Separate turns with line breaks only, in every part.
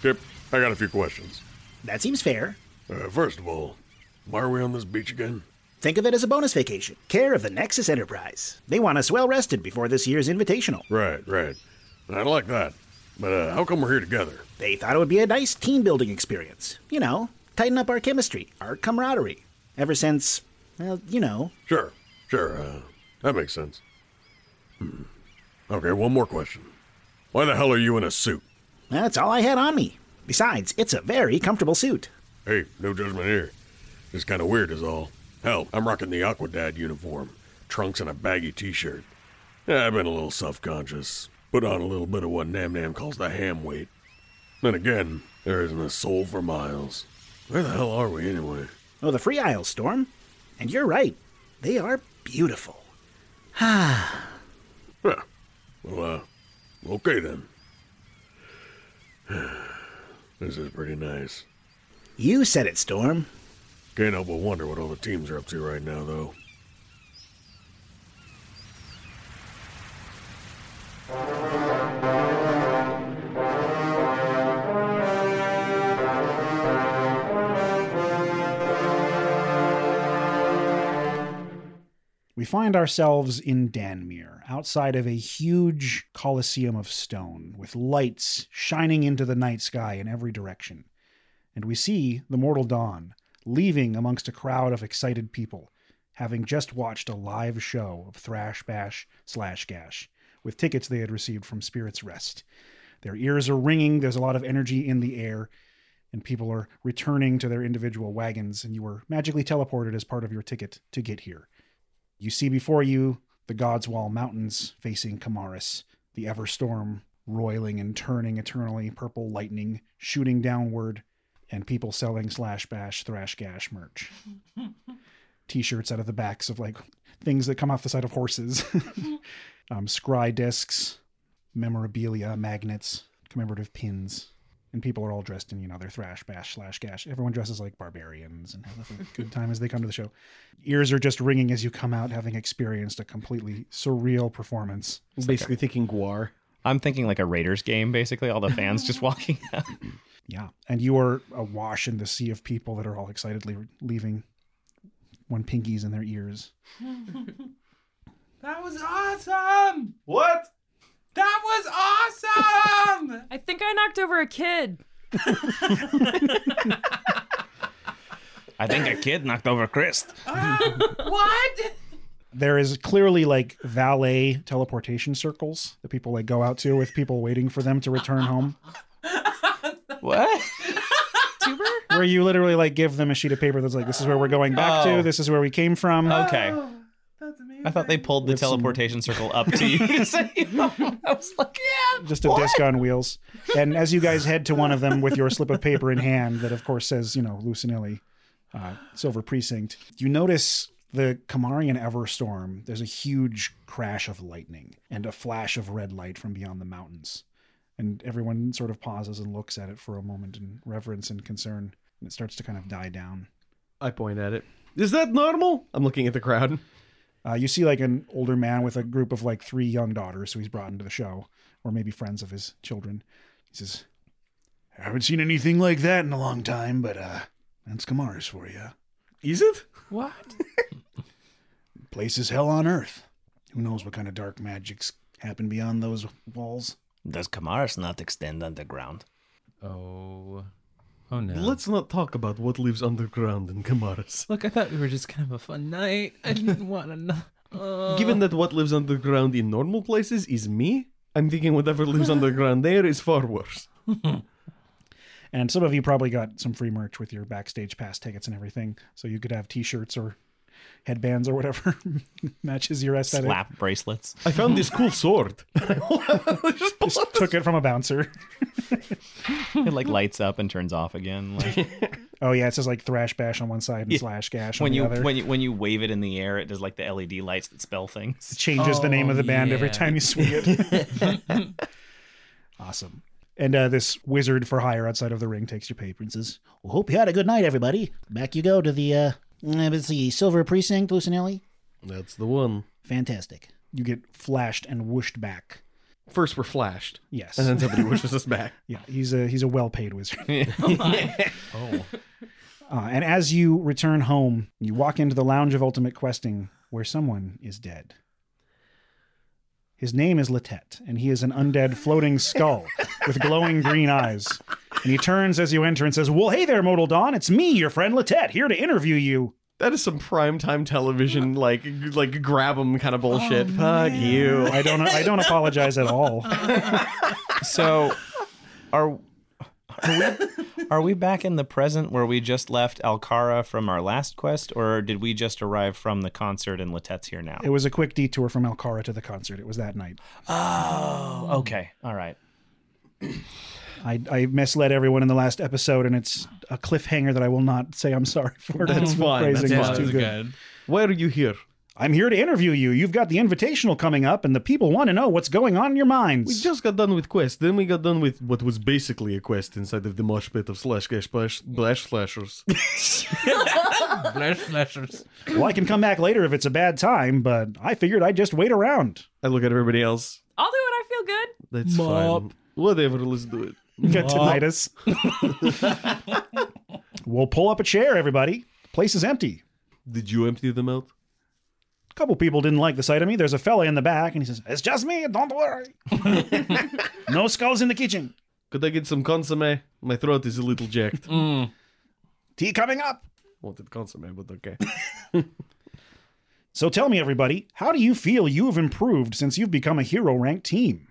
Skip, I got a few questions.
That seems fair.
Uh, first of all, why are we on this beach again?
Think of it as a bonus vacation. Care of the Nexus Enterprise. They want us well rested before this year's invitational.
Right, right. I like that. But uh, how come we're here together?
They thought it would be a nice team building experience. You know, tighten up our chemistry, our camaraderie. Ever since, well, you know,
Sure, sure. Uh, that makes sense. Hmm. Okay, one more question. Why the hell are you in a suit?
that's all I had on me. Besides, it's a very comfortable suit.
Hey, no judgment here. Just kind of weird is all. Hell, I'm rocking the Aquadad uniform, trunks and a baggy t-shirt. Yeah, I've been a little self-conscious. Put on a little bit of what Nam Nam calls the ham weight. Then again, there isn't a soul for miles. Where the hell are we anyway?
Oh, the Free Isle Storm. And you're right. They are beautiful.
Huh. Well, uh, okay then. this is pretty nice.
You said it, Storm.
Can't help but wonder what all the teams are up to right now, though.
We find ourselves in Danmere, outside of a huge coliseum of stone, with lights shining into the night sky in every direction. And we see the mortal dawn leaving amongst a crowd of excited people, having just watched a live show of Thrash Bash slash Gash, with tickets they had received from Spirit's Rest. Their ears are ringing, there's a lot of energy in the air, and people are returning to their individual wagons, and you were magically teleported as part of your ticket to get here. You see before you the God's Wall Mountains facing Kamaris, the Everstorm roiling and turning eternally, purple lightning shooting downward, and people selling slash bash thrash gash merch. T-shirts out of the backs of like things that come off the side of horses, um, scry discs, memorabilia, magnets, commemorative pins. And people are all dressed in, you know, their thrash, bash, slash, gash. Everyone dresses like barbarians and has a good time as they come to the show ears are just ringing as you come out, having experienced a completely surreal performance.
Basically thinking Guar.
I'm thinking like a Raiders game, basically. All the fans just walking out.
Yeah. And you are awash in the sea of people that are all excitedly leaving, one pinky's in their ears.
That was awesome! What? That was awesome!
I think I knocked over a kid.
I think a kid knocked over Chris.
what?
There is clearly like valet teleportation circles that people like go out to with people waiting for them to return home,
What?
Tuber?
where you literally like give them a sheet of paper that's like, this is where we're going back
Oh.
to, this is where we came from.
Okay.
That's amazing.
I thought they pulled the
With some-
teleportation circle up to you. So, you know, I was like, yeah.
just a disc on wheels. And as you guys head to one of them with your slip of paper in hand, that of course says, you know, Lucinelli, uh, Silver Precinct, you notice the Kamarian Everstorm. There's a huge crash of lightning and a flash of red light from beyond the mountains. And everyone sort of pauses and looks at it for a moment in reverence and concern. And it starts to kind of die down.
I point at it. Is that normal? I'm looking at the crowd.
Uh, you see like an older man with a group of like three young daughters who he's brought into the show, or maybe friends of his children. He says, I haven't seen anything like that in a long time, but uh, that's Kamara's for you.
Is it?
What?
Place is hell on earth. Who knows what kind of dark magics happen beyond those walls?
Does Kamaris not extend underground?
Oh. Oh no.
Let's not talk about what lives underground in Kamaris.
Look, I thought we were just gonna have a fun night. I didn't want to. Uh,
Given that what lives underground in normal places is me, I'm thinking whatever lives underground there is far worse.
And some of you probably got some free merch with your backstage pass tickets and everything, so you could have t shirts or headbands or whatever matches your aesthetic.
Slap bracelets.
I found this cool sword. Just pull out
Took it from a bouncer.
It like lights up and turns off again. Like
Oh, yeah, it says like thrash bash on one side and slash gash on
when
the
you
other.
when you when you wave it in the air, it does like the LED lights that spell things. Oh,
changes the name of the band every
yeah.
time you swing it. awesome. And uh, this wizard for hire outside of the ring takes your paper and says,
Well, hope you had a good night, everybody. Back you go to the, uh, uh, it's the Silver Precinct, Lucinelli.
That's the one.
Fantastic.
You get flashed and whooshed back
First, we're flashed,
Yes.
and then somebody wishes us back.
yeah, he's a he's a well-paid wizard.
Oh.
Uh, and as you return home, you walk into the lounge of Ultimate Questing where someone is dead. His name is Latet, and he is an undead floating skull with glowing green eyes. And he turns as you enter and says, Well, hey there, Modal Dawn. It's me, your friend Latet, here to interview you.
That is some primetime television, like like grab 'em kind of bullshit. Fuck you.
Oh, I don't, I don't apologize at all.
So, are are we are we back in the present where we just left Alcara from our last quest, or did we just arrive from the concert and Latette's here now?
It was a quick detour from Alcara to the concert. It was that night.
Oh, okay, all right.
I, I misled everyone in the last episode, and it's a cliffhanger that I will not say I'm sorry for.
That's fine, that's
Phrasing was
fine.
too
That's
good.
good.
Why are you here?
I'm here to interview you. You've got the invitational coming up, and the people want to know what's going on in your
We
minds.
just got done with quest. Then we got done with what was basically a quest inside of the mosh pit of slash slash slash slash slashers.
Flash slashers.
well, I can come back later if it's a bad time, but I figured I'd just wait around.
I look at everybody else.
I'll do it. I feel good.
That's fine.
Mop.
Whatever. Let's do it.
Got tinnitus. we'll pull up a chair, everybody. Place is empty.
Did you empty them out?
A couple people didn't like the sight of me. There's a fella in the back, and he says, It's just me, don't worry. no skulls in the kitchen.
Could I get some consomme? My throat is a little jacked.
Mm.
Tea coming up.
Wanted consomme, but okay.
So tell me, everybody, how do you feel you have improved since you've become a hero ranked team?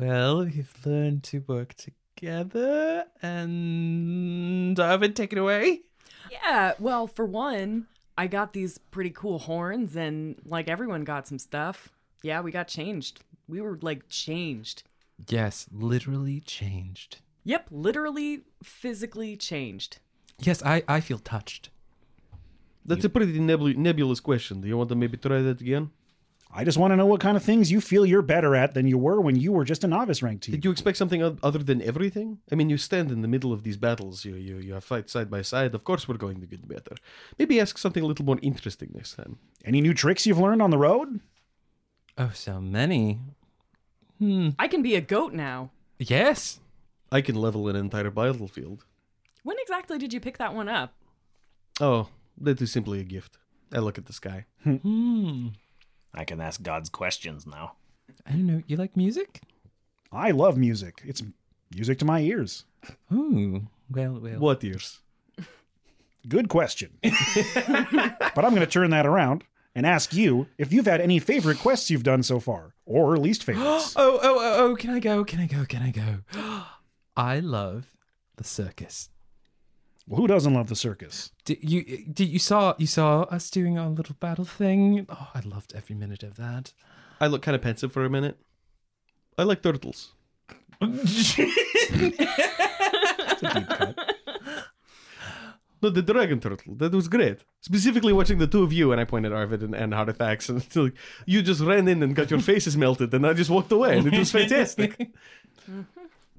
Well, we've learned to work together, and I would take it away.
Yeah. Well, for one, I got these pretty cool horns, and like everyone got some stuff. Yeah, we got changed. We were like changed.
Yes, literally changed.
Yep, literally physically changed.
Yes, I, I feel touched.
That's a pretty nebul- nebulous question. Do you want to maybe try that again?
I just want to know what kind of things you feel you're better at than you were when you were just a novice ranked team.
Did you expect something oth- other than everything? I mean, you stand in the middle of these battles. You you you fight side by side. Of course, we're going to get better. Maybe ask something a little more interesting next time.
Any new tricks you've learned on the road?
Oh, so many.
I can be a goat now.
Yes.
I can level an entire battlefield.
When exactly did you pick that one up?
Oh, that is simply a gift. I look at the sky.
I can ask God's questions now.
I don't know. You like music?
I love music. It's music to my ears.
Ooh. Well, well.
What ears?
Good question. but I'm going to turn that around and ask you if you've had any favorite quests you've done so far, or least favorites.
Oh, oh, oh, oh, can I go? Can I go? Can I go? I love the circus.
well, who doesn't love the circus?
Did you did you saw you saw us doing our little battle thing? Oh, I loved every minute of that.
I look kind of pensive for a minute. I like turtles. No, the dragon turtle. That was great. Specifically watching the two of you, and I pointed Arvid and, and Artifacts, and it's like, you just ran in and got your faces melted, and I just walked away, and it was fantastic.
Mm-hmm.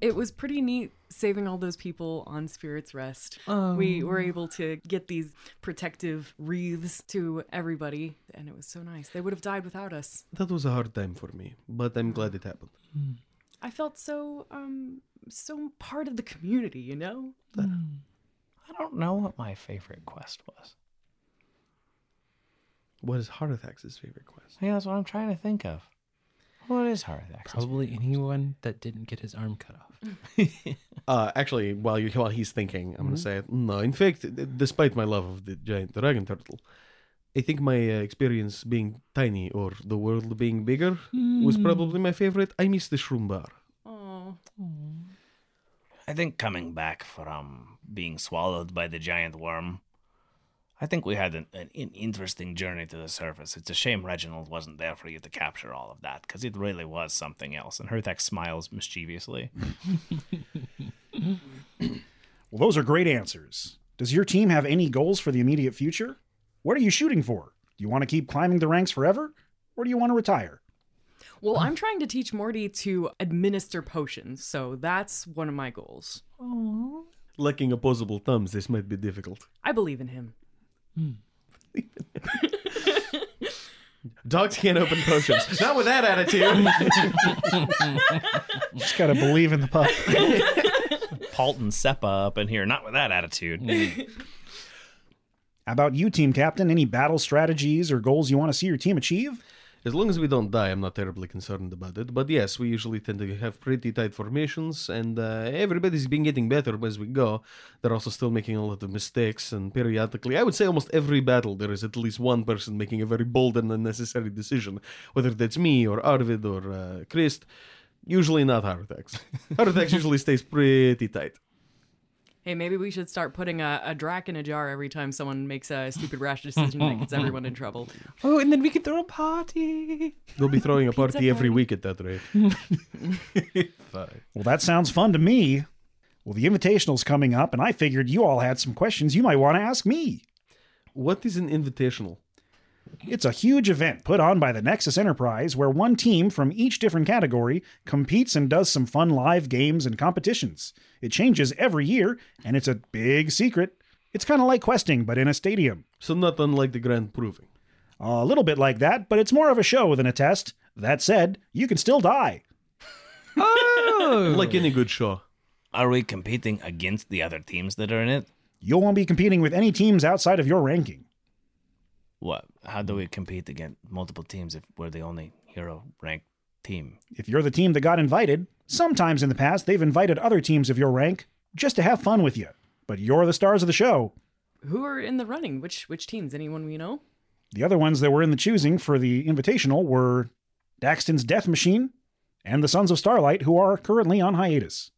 It was pretty neat saving all those people on Spirit's Rest. We were able to get these protective wreaths to everybody, and it was so nice. They would have died without us.
that was a hard time for me, but I'm glad it happened.
I felt so, um, so part of the community, you know?
Hmm.
I don't know what my favorite quest was.
What is Artifacts' favorite quest?
Yeah, that's what I'm trying to think of. What is Harthax?
Probably anyone that didn't get his arm cut off.
Uh, actually, while you while he's thinking, I'm gonna say it. No, in fact, d- despite my love of the giant dragon turtle, I think my uh, experience being tiny or the world being bigger was probably my favorite. I miss the shroom bar.
Oh,
I think coming back from being swallowed by the giant worm, I think we had an, an, an interesting journey to the surface. It's a shame Reginald wasn't there for you to capture all of that, because it really was something else. And Herthak smiles mischievously.
Well, those are great answers. Does your team have any goals for the immediate future? What are you shooting for? Do you want to keep climbing the ranks forever? Or do you want to retire?
Well, I'm trying to teach Morty to administer potions, so that's one of my goals.
Lacking opposable thumbs, this might be difficult.
I believe in him.
Dogs can't open potions. Not with that attitude.
Just gotta believe in the pup.
Palton Seppa up in here, not with that attitude.
Mm. How about you, team captain? Any battle strategies or goals you want to see your team achieve?
As long as we don't die, I'm not terribly concerned about it. But yes, we usually tend to have pretty tight formations, and uh, everybody's been getting better as we go. They're also still making a lot of mistakes, and periodically, I would say almost every battle, there is at least one person making a very bold and unnecessary decision, whether that's me or Arvid or uh, Christ. Usually not heart attacks. Heart attacks usually stays pretty tight.
Hey, maybe we should start putting a, a drac in a jar every time someone makes a stupid rash decision that gets everyone in trouble.
Oh, and then we can throw a party.
They'll be throwing a party every week at that rate.
Well, that sounds fun to me. Well, the invitational's coming up, and I figured you all had some questions you might want to ask me.
What is an invitational?
It's a huge event put on by the Nexus Enterprise where one team from each different category competes and does some fun live games and competitions. It changes every year, and it's a big secret. It's kind of like questing, but in a stadium.
So not unlike the grand proving.
A little bit like that, but it's more of a show than a test. That said, you can still die.
Oh,
Like any good show.
Are we competing against the other teams that are in it?
You won't be competing with any teams outside of your ranking.
What? How do we compete against multiple teams if we're the only hero ranked team?
If you're the team that got invited, sometimes in the past they've invited other teams of your rank just to have fun with you. But you're the stars of the show.
Who are in the running? Which which teams? Anyone we know?
The other ones that were in the choosing for the invitational were Daxton's Death Machine and the Sons of Starlight, who are currently on hiatus.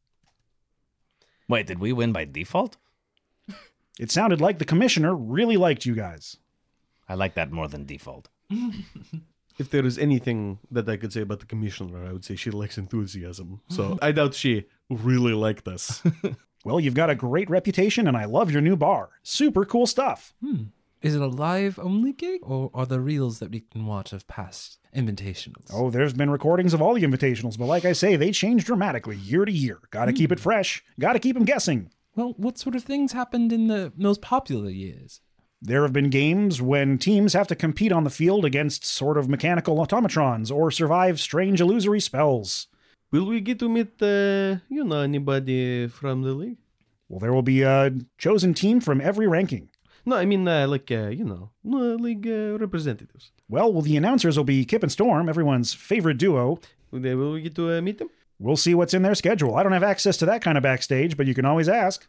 Wait, did we win by default?
It sounded like the commissioner really liked you guys.
I like that more than default.
If there is anything that I could say about the commissioner, I would say she lacks enthusiasm. So I doubt she really liked us.
Well, you've got a great reputation, and I love your new bar. Super cool stuff.
is it a live only gig, or are there reels that we can watch of past invitationals?
Oh, there's been recordings of all the invitationals, but like I say, they change dramatically year to year. Gotta keep it fresh. Gotta keep them guessing.
Hmm. Well, what sort of things happened in the most popular years?
There have been games when teams have to compete on the field against sort of mechanical automatrons or survive strange illusory spells.
Will we get to meet, uh, you know, anybody from the league?
Well, there will be uh, a chosen team from every ranking.
No, I mean, uh, like, uh, you know, uh, league uh, representatives.
Well, well, the announcers will be Kip and Storm, everyone's favorite duo.
Will they- will we get to uh, meet them?
We'll see what's in their schedule. I don't have access to that kind of backstage, but you can always ask.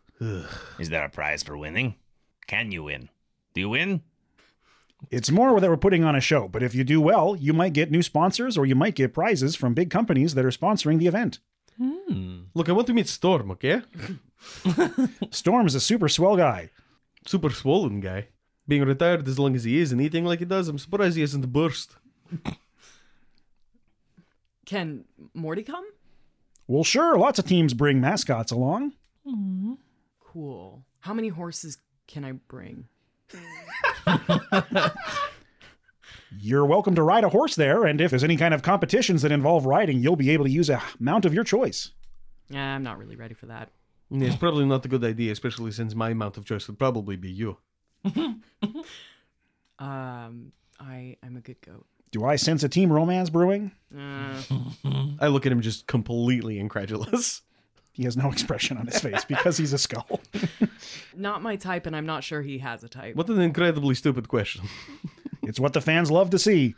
Is there a prize for winning? Can you win? Do you win?
It's more that we're putting on a show, but if you do well, you might get new sponsors or you might get prizes from big companies that are sponsoring the event.
Hmm.
Look, I want to meet Storm, okay?
Storm is a super swell guy.
Super swollen guy. Being retired as long as he is and eating like he does, I'm surprised he hasn't burst.
Can Morty come?
Well, sure, lots of teams bring mascots along.
Mm-hmm.
Cool. How many horses can I bring?
You're welcome to ride a horse there, and if there's any kind of competitions that involve riding, you'll be able to use a mount of your choice.
Yeah, I'm not really ready for that.
Yeah, it's probably not a good idea, especially since my amount of choice would probably be you.
Um, I I'm a good goat.
Do I sense a team romance brewing?
Uh,
Mm. I look at him just completely incredulous.
He has no expression on his face because he's a skull.
not my type, and I'm not sure he has a type.
What an incredibly stupid question.
It's what the fans love to see.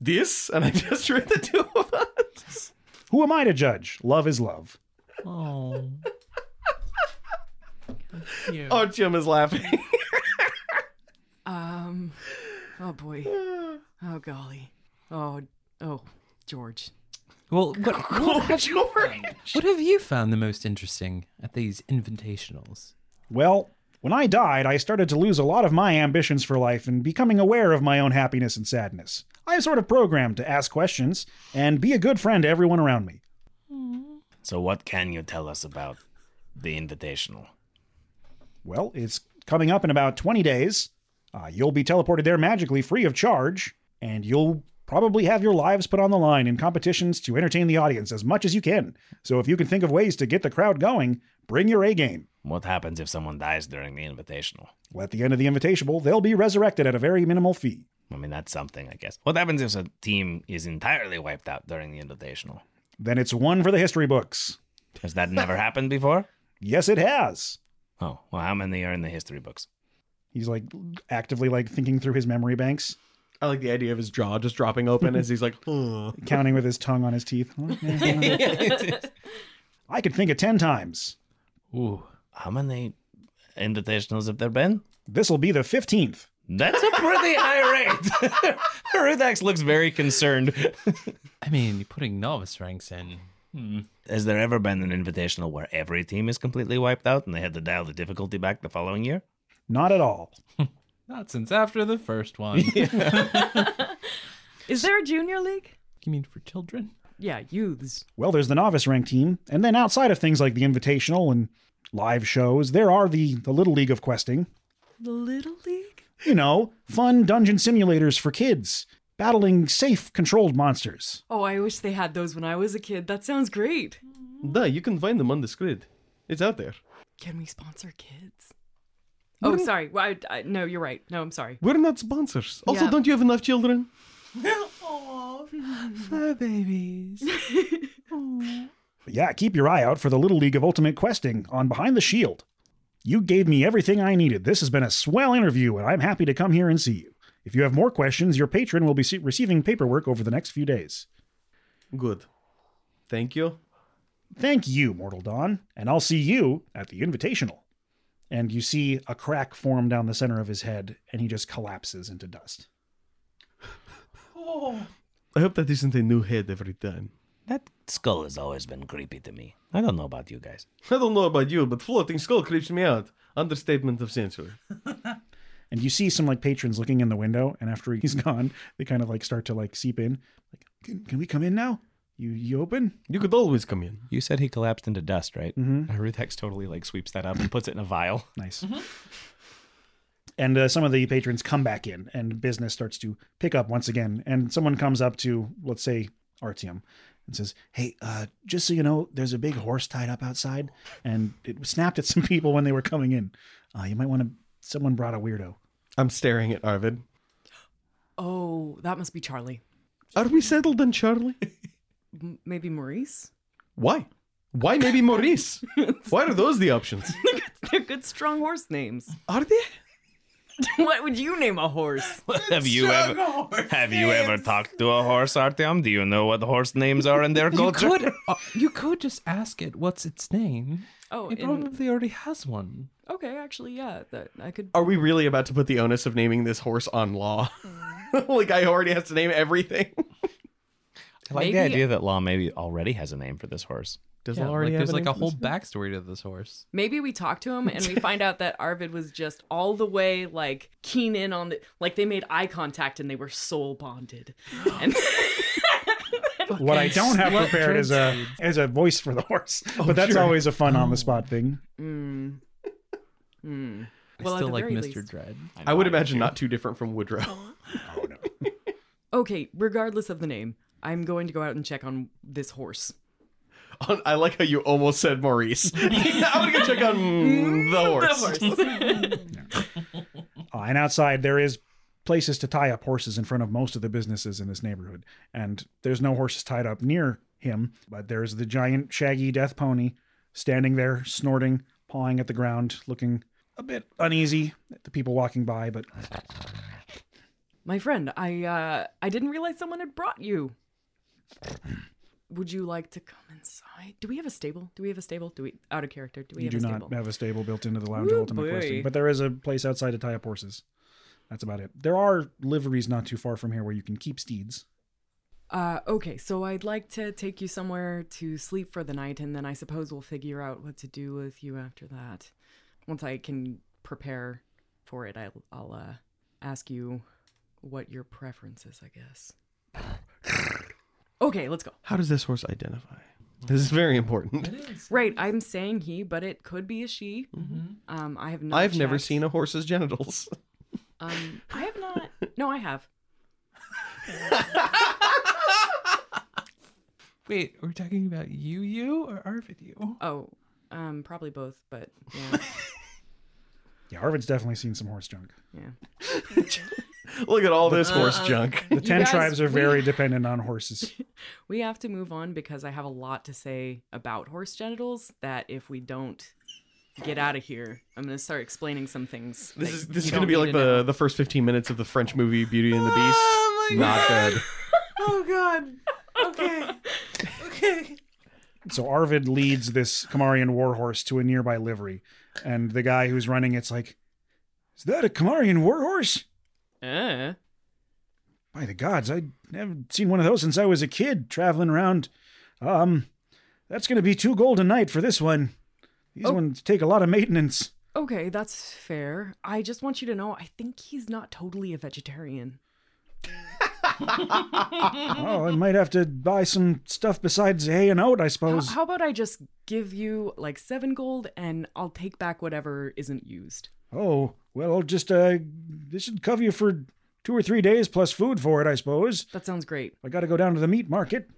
This? And I just read the two of us.
Who am I to judge? Love is love.
Oh,
Oh, Jim is laughing.
Um, oh boy. Oh golly. Oh oh, George.
well, what, what, have you, what have you found the most interesting at these invitationals?
Well, when I died, I started to lose a lot of my ambitions for life and becoming aware of my own happiness and sadness. I'm sort of programmed to ask questions and be a good friend to everyone around me.
So, what can you tell us about the invitational?
Well, it's coming up in about 20 days. Uh, you'll be teleported there magically free of charge, and you'll probably have your lives put on the line in competitions to entertain the audience as much as you can. So if you can think of ways to get the crowd going, bring your A game.
What happens if someone dies during the invitational?
Well, at the end of the Invitational, they'll be resurrected at a very minimal fee.
I mean, that's something, I guess. What happens if a team is entirely wiped out during the invitational?
Then it's one for the history books.
Has that never happened before?
Yes, it has.
Oh, well, how many are in the history books?
He's like actively like thinking through his memory banks,
I like the idea of his jaw just dropping open as he's like, "Huh."
counting with his tongue on his teeth. I could think of 10 times.
Ooh.
How many invitationals have there been?
This will be the 15th.
That's a pretty high rate. Rudax looks very concerned.
I mean, you're putting novice ranks in.
Has there ever been an invitational where every team is completely wiped out and they had to dial the difficulty back the following year?
Not at all.
Not since after the first one.
Is there a junior league?
You mean for children?
Yeah, youths.
Well, there's the novice rank team, and then outside of things like the invitational and live shows, there are the the little league of questing.
The little league?
You know, fun dungeon simulators for kids, battling safe controlled monsters.
Oh, I wish they had those when I was a kid. That sounds great.
Duh, you can find them on the grid. It's out there.
Can we sponsor kids? Oh, sorry. Well, I, I, no, you're right. No, I'm sorry.
We're not sponsors. Also,
Yeah.
don't you have enough children?
Fur babies.
But yeah, keep your eye out for the little league of ultimate questing on Behind the Shield. You gave me everything I needed. This has been a swell interview, and I'm happy to come here and see you. If you have more questions, your patron will be se- receiving paperwork over the next few days.
Good. Thank you.
Thank you, Mortal Dawn, and I'll see you at the Invitational. And you see a crack form down the center of his head, and he just collapses into dust. Oh,
I hope that isn't a new head every time.
That skull has always been creepy to me. I don't know about you guys.
I don't know about you, but floating skull creeps me out. Understatement of century.
And you see some like patrons looking in the window, and after he's gone, they kind of like start to like seep in. Like, can, can we come in now? You you open? Mm-hmm.
You could always come in.
You said he collapsed into dust, right?
Ruthex totally like sweeps that up and puts it in a vial.
Nice.
Mm-hmm.
And uh, some of the patrons come back in, and business starts to pick up once again. And someone comes up to, let's say, Artium and says, Hey, uh, just so you know, there's a big horse tied up outside, and it snapped at some people when they were coming in. Uh, you might want to, someone brought a weirdo.
I'm staring at Arvid.
Oh, that must be Charlie.
Are we settled then, Charlie?
M- maybe Maurice?
Why? Why maybe Maurice? Why are those the options?
They're good, strong horse names.
Are they?
what would you name a horse?
have you ever have you ever talked to a horse, Artyom? Do you know what horse names are in their
You
culture?
could, uh, you could just ask it what's its name.
Oh,
It
in,
probably already has one.
okay, actually, yeah. That I could.
Are we really about to put the onus of naming this horse on law? like I already have to name everything.
I like
Maybe-
the idea that Law maybe already has a name for this horse.
Does
Yeah,
law
like,
already
there's
have
like
name
a
for
whole
this?
backstory to this horse.
Maybe we talk to him and we find out that Arvid was just all the way like keen in on the like they made eye contact and they were soul bonded. And
What I don't have prepared is a is a voice for the horse, but that's always a fun on the spot thing.
Mm. Mm. Well,
I
at
still
the
like
very
Mr.
least-
Dread.
I would imagine not too different from Woodrow.
Oh no!
Okay, regardless of the name, I'm going to go out and check on this horse.
I like how you almost said Maurice. I'm gonna go check on mm, the horse.
Uh, and outside, there is places to tie up horses in front of most of the businesses in this neighborhood. And there's no horses tied up near him, but there's the giant, shaggy death pony standing there, snorting, pawing at the ground, looking a bit uneasy at the people walking by. But
My friend, I uh I didn't realize someone had brought you. Would you like to come inside? Do we have a stable? Do we have a stable? Do we out of character? Do we
you
have
do
a stable?
not have a stable built into the lounge of
Woo
ultimate questing.
boy.
But there is a place outside to tie up horses. That's about it. There are liveries not too far from here where you can keep steeds.
Uh, okay, so I'd like to take you somewhere to sleep for the night, and then I suppose we'll figure out what to do with you after that. Once I can prepare for it, I'll, I'll uh, ask you what your preference is, I guess. Okay, let's go.
How does this horse identify? This is very important.
Right, I'm saying he, but it could be a she. Um, I have not.
I've never
checked.
seen a horse's genitals.
Um, I have not. No, I have.
Wait, are we talking about you, you, or Arvid, you?
Oh, um, probably both, but yeah.
Yeah, Yeah, Arvid's definitely seen some horse junk.
Look at all this horse junk.
The ten
Uh, guys-
tribes are
we-
very dependent on horses.
We have to move on because I have a lot to say about horse genitals that if we don't get out of here, I'm going to start explaining some things.
This
that
is this
you
is gonna
don't
be
need
like
to
the
know.
the first fifteen minutes of the French movie Beauty and the Beast. Not good.
Oh god. Okay. Okay.
So Arvid leads this Kamarian warhorse to a nearby livery, and the guy who's running it's like, "Is that a Kamarian warhorse?
Eh.
By the gods, I haven't seen one of those since I was a kid traveling around. Um, that's going to be two gold a night for this one. These
Oh.
ones take a lot of maintenance.
Okay, that's fair. I just want you to know I think he's not totally a vegetarian.
Oh, I might have to buy some stuff besides hay and oat, I
How,
suppose.
how about I just give you like seven gold and I'll take back whatever isn't used?
Oh, well, I'll just uh, this should cover you for two or three days plus food for it, I suppose.
That sounds great.
I got to go down to the meat market.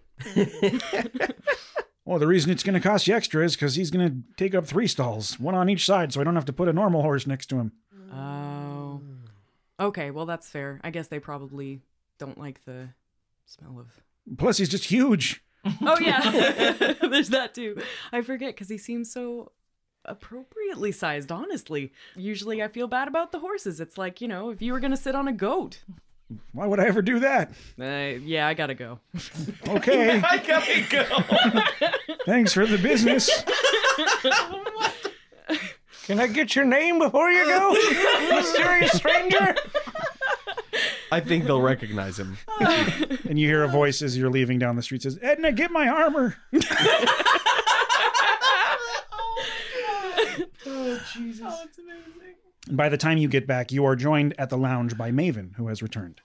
well, the reason it's going to cost you extra is because he's going to take up three stalls, one on each side, so I don't have to put a normal horse next to him.
Oh. Okay, well, that's fair. I guess they probably don't like the smell of
Plus, he's just huge.
Oh yeah, there's that too. I forget because he seems so appropriately sized. Honestly, usually I feel bad about the horses. It's like you know, if you were gonna sit on a goat,
Why would I ever do that?
uh, yeah, I gotta go.
Okay,
I gotta go.
thanks for the business.
Can I get your name before you go, mysterious stranger?
I think they'll recognize him.
And you hear a voice as you're leaving down the street says, Edna, get my armor.
Oh, it's amazing.
And by the time you get back, you are joined at the lounge by Maven, who has returned.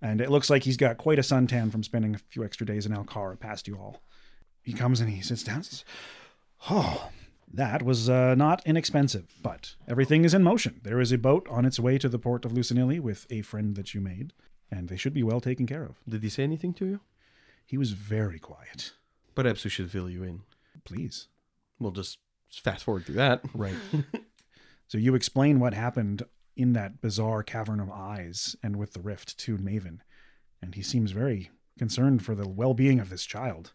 And it looks like he's got quite a suntan from spending a few extra days in Alcara past you all. He comes and he sits down and says, Oh, that was uh, not inexpensive, but everything is in motion. There is a boat on its way to the port of Lucinilli with a friend that you made, and they should be well taken care of.
Did he say anything to you?
He was very quiet.
Perhaps we should fill you in.
Please.
We'll just fast forward through that.
Right. so you explain what happened in that bizarre cavern of eyes and with the rift to Maven, and he seems very concerned for the well being of this child.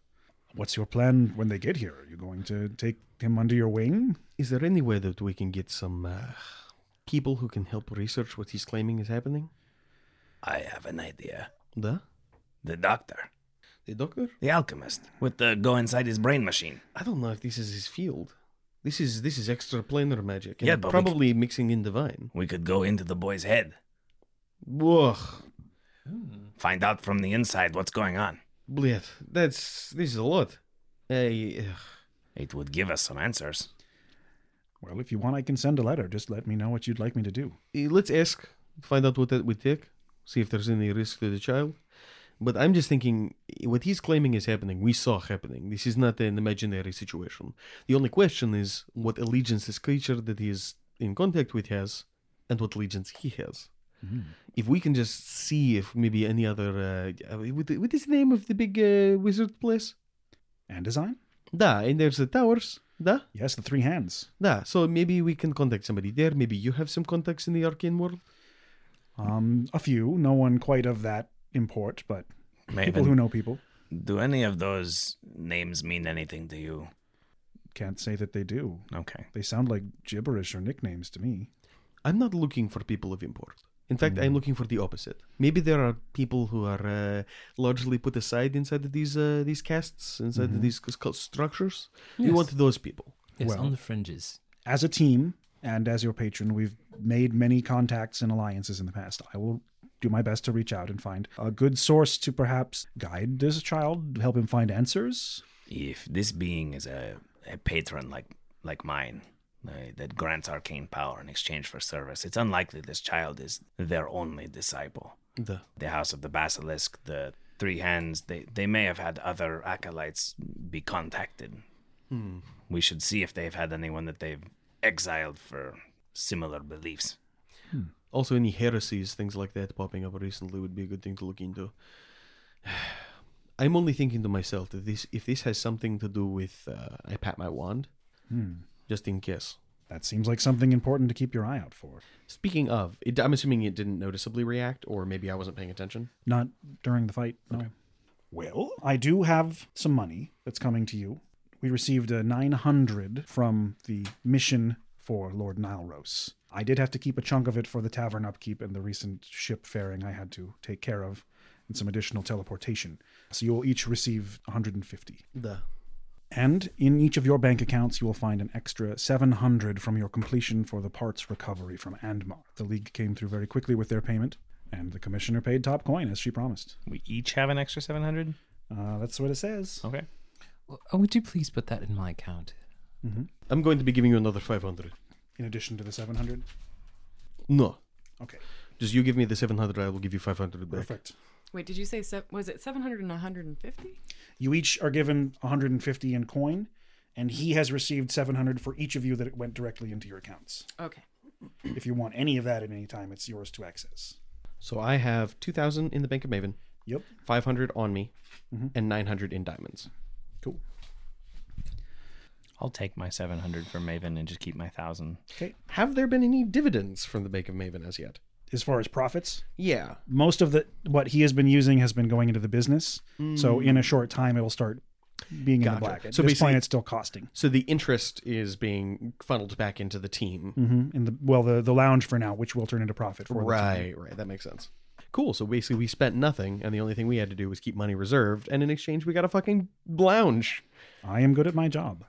What's your plan when they get here? Are you going to take him under your wing?
Hmm. Is there any way that we can get some uh, people who can help research what he's claiming is happening?
I have an idea.
The
The doctor,
the doctor?
the alchemist, with the go inside his brain machine.
I don't know if this is his field. This is this is extraplanar magic. and
Yeah, but we
probably mixing in divine.
We could go into the boy's head,
Whoa,
find out from the inside what's going on.
bleh, that's this is a lot. I, ugh.
It would give us some answers.
Well, if you want, I can send a letter. Just let me know what you'd like me to do.
Eh, let's ask, find out what that would take, see if there's any risk to the child. But I'm just thinking, eh, what he's claiming is happening. We saw happening. This is not an imaginary situation. The only question is what allegiance this creature that he is in contact with has, and what allegiance he has. If we can just see if maybe any other, uh, uh, what, what is the name of the big uh, wizard place?
And design?
Da, and there's the towers. Da,
Yes, the three hands.
da. So maybe we can contact somebody there. Maybe you have some contacts in the arcane world.
Um, a few. No one quite of that import, but people
Maven,
who know people
do any of those names mean anything to you?
can't say that they do.
Okay.
They sound like gibberish or nicknames to me. Hmm.
I'm not looking for people of import. In fact, I'm looking for the opposite. Maybe there are people who are uh, largely put aside inside of these uh, these castes, inside
Mm-hmm.
of these c- c- structures. We
Yes.
want those people.
Yes,
Well.
on the fringes.
as a team and as your patron, we've made many contacts and alliances in the past. I will do my best to reach out and find a good source to perhaps guide this child, help him find answers.
If this being is a, a patron like like mine, uh, that grants arcane power in exchange for service, it's unlikely this child is their only disciple.
The-
The House of the Basilisk, the Three Hands, they, they may have had other acolytes be contacted.
Hmm.
We should see if they've had anyone that they've exiled for similar beliefs.
Hmm.
Also, any heresies, things like that popping up recently would be a good thing to look into. I'm only thinking to myself
Hmm.
that this, if this has something to do with, uh, I pat my wand, just in case.
That seems like something important to keep your eye out for.
Speaking of, it, I'm assuming it didn't noticeably react, or maybe I wasn't paying attention.
Not during the fight. No. Well, I do have some money that's coming to you. We received a 900 from the mission for Lord Nilros. I did have to keep a chunk of it for the tavern upkeep and the recent ship fairing I had to take care of, and some additional teleportation. So you will each receive 150.
The
And in each of your bank accounts, you will find an extra 700 from your completion for the parts recovery from Andmar. The League came through very quickly with their payment, and the Commissioner paid top coin as she promised.
We each have an extra 700.
Uh, that's what it says.
Okay.
Oh, would you please put that in my account?
I'm going to be giving you another 500.
In addition to the 700.
No,
Okay,
just you give me the 700. I will give you 500 back.
perfect.
Wait, did you say se- was it 700 and 150?
You each are given 150 in coin, and he has received 700 for each of you that it went directly into your accounts.
Okay.
If you want any of that at any time, it's yours to access.
So I have 2,000 in the Bank of Maven,
Yep. Mm-hmm.
500 on me, and 900 in diamonds.
Cool.
I'll take my 700 from Maven and just keep my 1,000.
Have there been any dividends from the Bank of Maven as yet?
As far as profits,
Yeah.
most of the what he has been using has been going into the business. So in a short time, it'll start being in
Mm. Gotcha.
the black. At
So
this
basically-
point, it's still costing.
So the interest is being funneled back into the team.
hmm In the well, the the lounge for now, which will turn into profit for the team.
Right, right. That makes sense. Cool. So basically, we spent nothing, and the only thing we had to do was keep money reserved, and in exchange, we got a fucking lounge.
I am good at my job.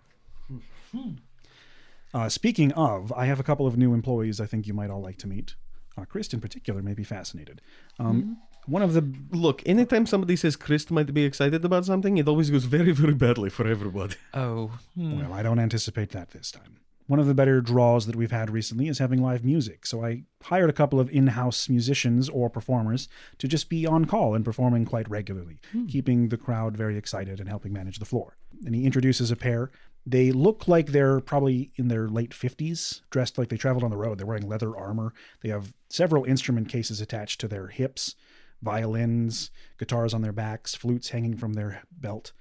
Uh, speaking of, I have a couple of new employees I think you might all like to meet. Uh, Chris, in particular, may be fascinated. Um, One of the
Mm-hmm. Look, anytime somebody says Chris might be excited about something, it always goes very, very badly for everybody.
Oh, hmm.
well, I don't anticipate that this time. One of the better draws that we've had recently is having live music. So I hired a couple of in-house musicians or performers to just be on call and performing quite regularly, keeping the crowd very excited and helping manage the floor. And he introduces a pair. They look like they're probably in their late 50s, dressed like they traveled on the road. They're wearing leather armor. They have several instrument cases attached to their hips, violins, guitars on their backs, flutes hanging from their belt.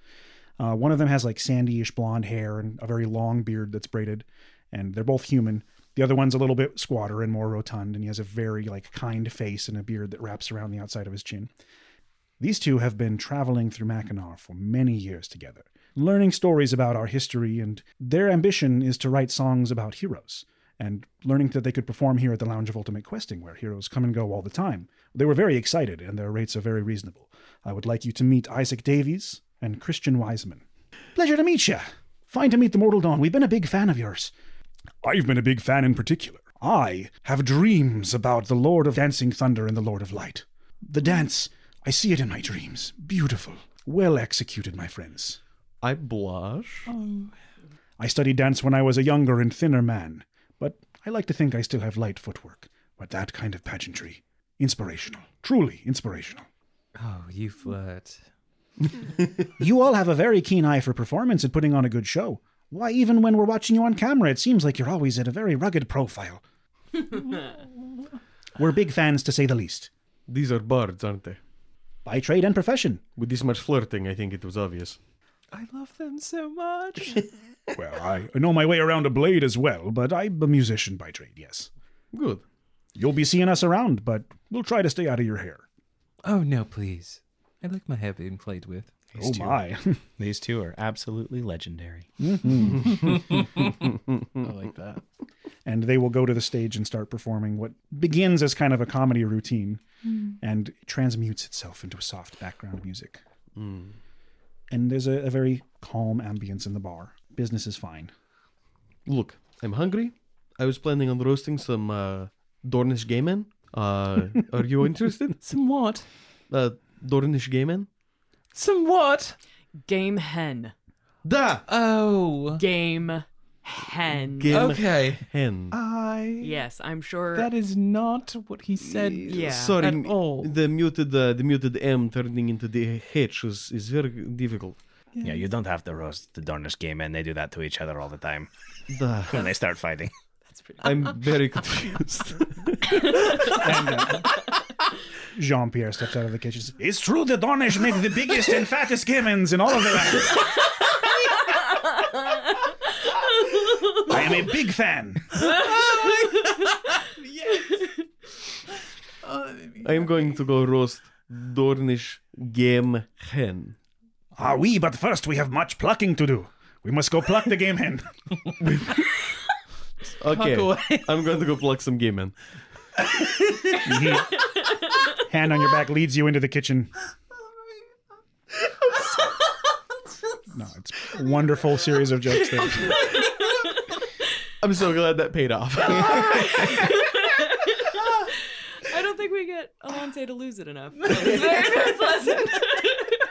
Uh, one of them has like sandyish blonde hair and a very long beard that's braided, and they're both human. The other one's a little bit squatter and more rotund, and he has a very like kind face and a beard that wraps around the outside of his chin. These two have been traveling through Mackinac for many years together, learning stories about our history, and their ambition is to write songs about heroes. And learning that they could perform here at the Lounge of Ultimate Questing, where heroes come and go all the time. They were very excited, and their rates are very reasonable. I would like you to meet Isaac Davies and Christian Wiseman. Pleasure to meet you. Fine to meet the Mortal Dawn. We've been a big fan of yours. I've been a big fan in particular. I have dreams about the Lord of Dancing Thunder and the Lord of Light. The dance, I see it in my dreams. Beautiful. Well executed, my friends.
I blush.
Oh.
I studied dance when I was a younger and thinner man, but I like to think I still have light footwork. But that kind of pageantry, inspirational. Truly inspirational.
oh, you flirt.
You all have a very keen eye for performance and putting on a good show. Why, even when we're watching you on camera, it seems like you're always at a very rugged profile. we're big fans, to say the least,
These are bards, aren't they?
by trade and profession.
With this much flirting, I think it was obvious.
I love them so much.
Well, I know my way around a blade as well, but I'm a musician by trade, yes.
Good.
You'll be seeing us around, but we'll try to stay out of your hair.
oh no, please. I like my hair being played with.
These two-
oh, my.
These two are absolutely legendary.
Mm-hmm.
Mm-hmm.
I like that.
and they will go to the stage and start performing what begins as kind of a comedy routine and transmutes itself into soft background music.
Mm.
And there's a, a very calm ambience in the bar. Business is fine.
Look, I'm hungry. I was planning on roasting some uh, Dornish gay men. Uh, are you interested?
Somewhat.
Uh, Dornish gay men?
Somewhat.
Game hen.
Da!
Oh.
Game hen.
Game
Okay.
hen.
I.
yes, I'm sure.
That is not what he said.
yeah.
Sorry,
at
m-
all.
the muted uh, the muted M turning into the H is, is very difficult.
Yeah, you don't have to roast the Dornish gay men. They do that to each other all the time
Da.
when they start fighting.
I'm very confused.
Jean Pierre steps out of the kitchen. says, It's true the Dornish make the biggest and fattest gamins in all of the land. I I am a big fan.
I am going to go roast Dornish game hen.
Ah, we, but first we have much plucking to do. We must go pluck the game hen.
Okay,
away.
I'm going to go pluck some game hen.
Hand on your back leads you into the kitchen. No, it's a wonderful series of jokes there.
I'm so glad that paid off.
I don't think we get Alante to lose it enough. It's very, very pleasant.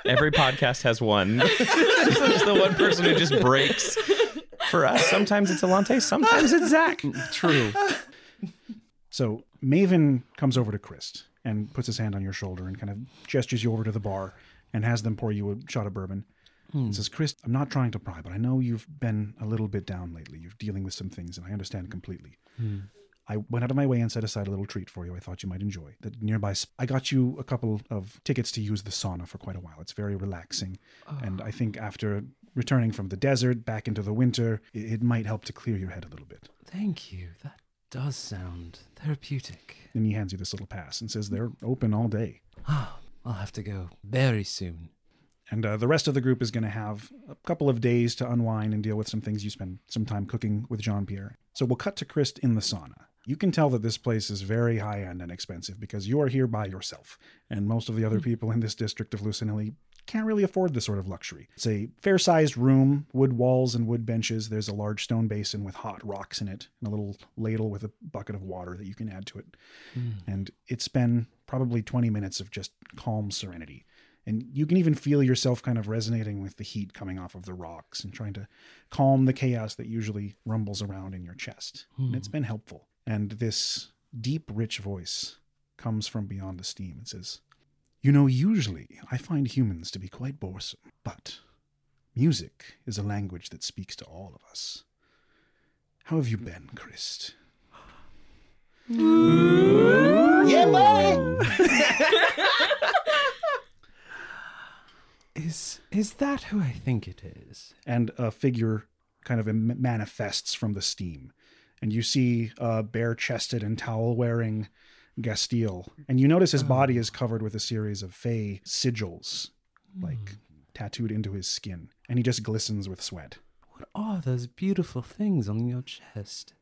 Every podcast has one. There's the one person who just breaks. For us, sometimes it's Alante, sometimes it's Zach.
True.
So Maven comes over to Christ and puts his hand on your shoulder and kind of gestures you over to the bar and has them pour you a shot of bourbon.
Hmm.
And says, Chris, I'm not trying to pry, but I know you've been a little bit down lately. You're dealing with some things, and I understand completely. I went out of my way and set aside a little treat for you I thought you might enjoy. That nearby, sp- I got you a couple of tickets to use the sauna for quite a while. It's very relaxing. And I think after returning from the desert back into the winter, i- it might help to clear your head a little bit.
Thank you. That does sound therapeutic.
And he hands you this little pass and says, They're open all day.
ah, I'll have to go very soon.
And uh, the rest of the group is going to have a couple of days to unwind and deal with some things you spend some time cooking with Jean Pierre. So we'll cut to Christ in the sauna. You can tell that this place is very high end and expensive because you are here by yourself. And most of the
Hmm.
other people in this district of Lucinelli can't really afford this sort of luxury. It's a fair sized room, wood walls and wood benches. There's a large stone basin with hot rocks in it, and a little ladle with a bucket of water that you can add to it.
Hmm.
And it's been probably 20 minutes of just calm serenity. And you can even feel yourself kind of resonating with the heat coming off of the rocks and trying to calm the chaos that usually rumbles around in your chest. And it's been helpful. And this deep, rich voice comes from beyond the steam and says, You know, usually I find humans to be quite boresome, but music is a language that speaks to all of us. How have you been, Christ?
Is is that who I think it is?
and a figure kind of em- manifests from the steam. And you see a bare chested and towel wearing Gastille. And you notice his body is covered with a series of fey sigils, like tattooed into his skin. And he just glistens with sweat.
What are those beautiful things on your chest?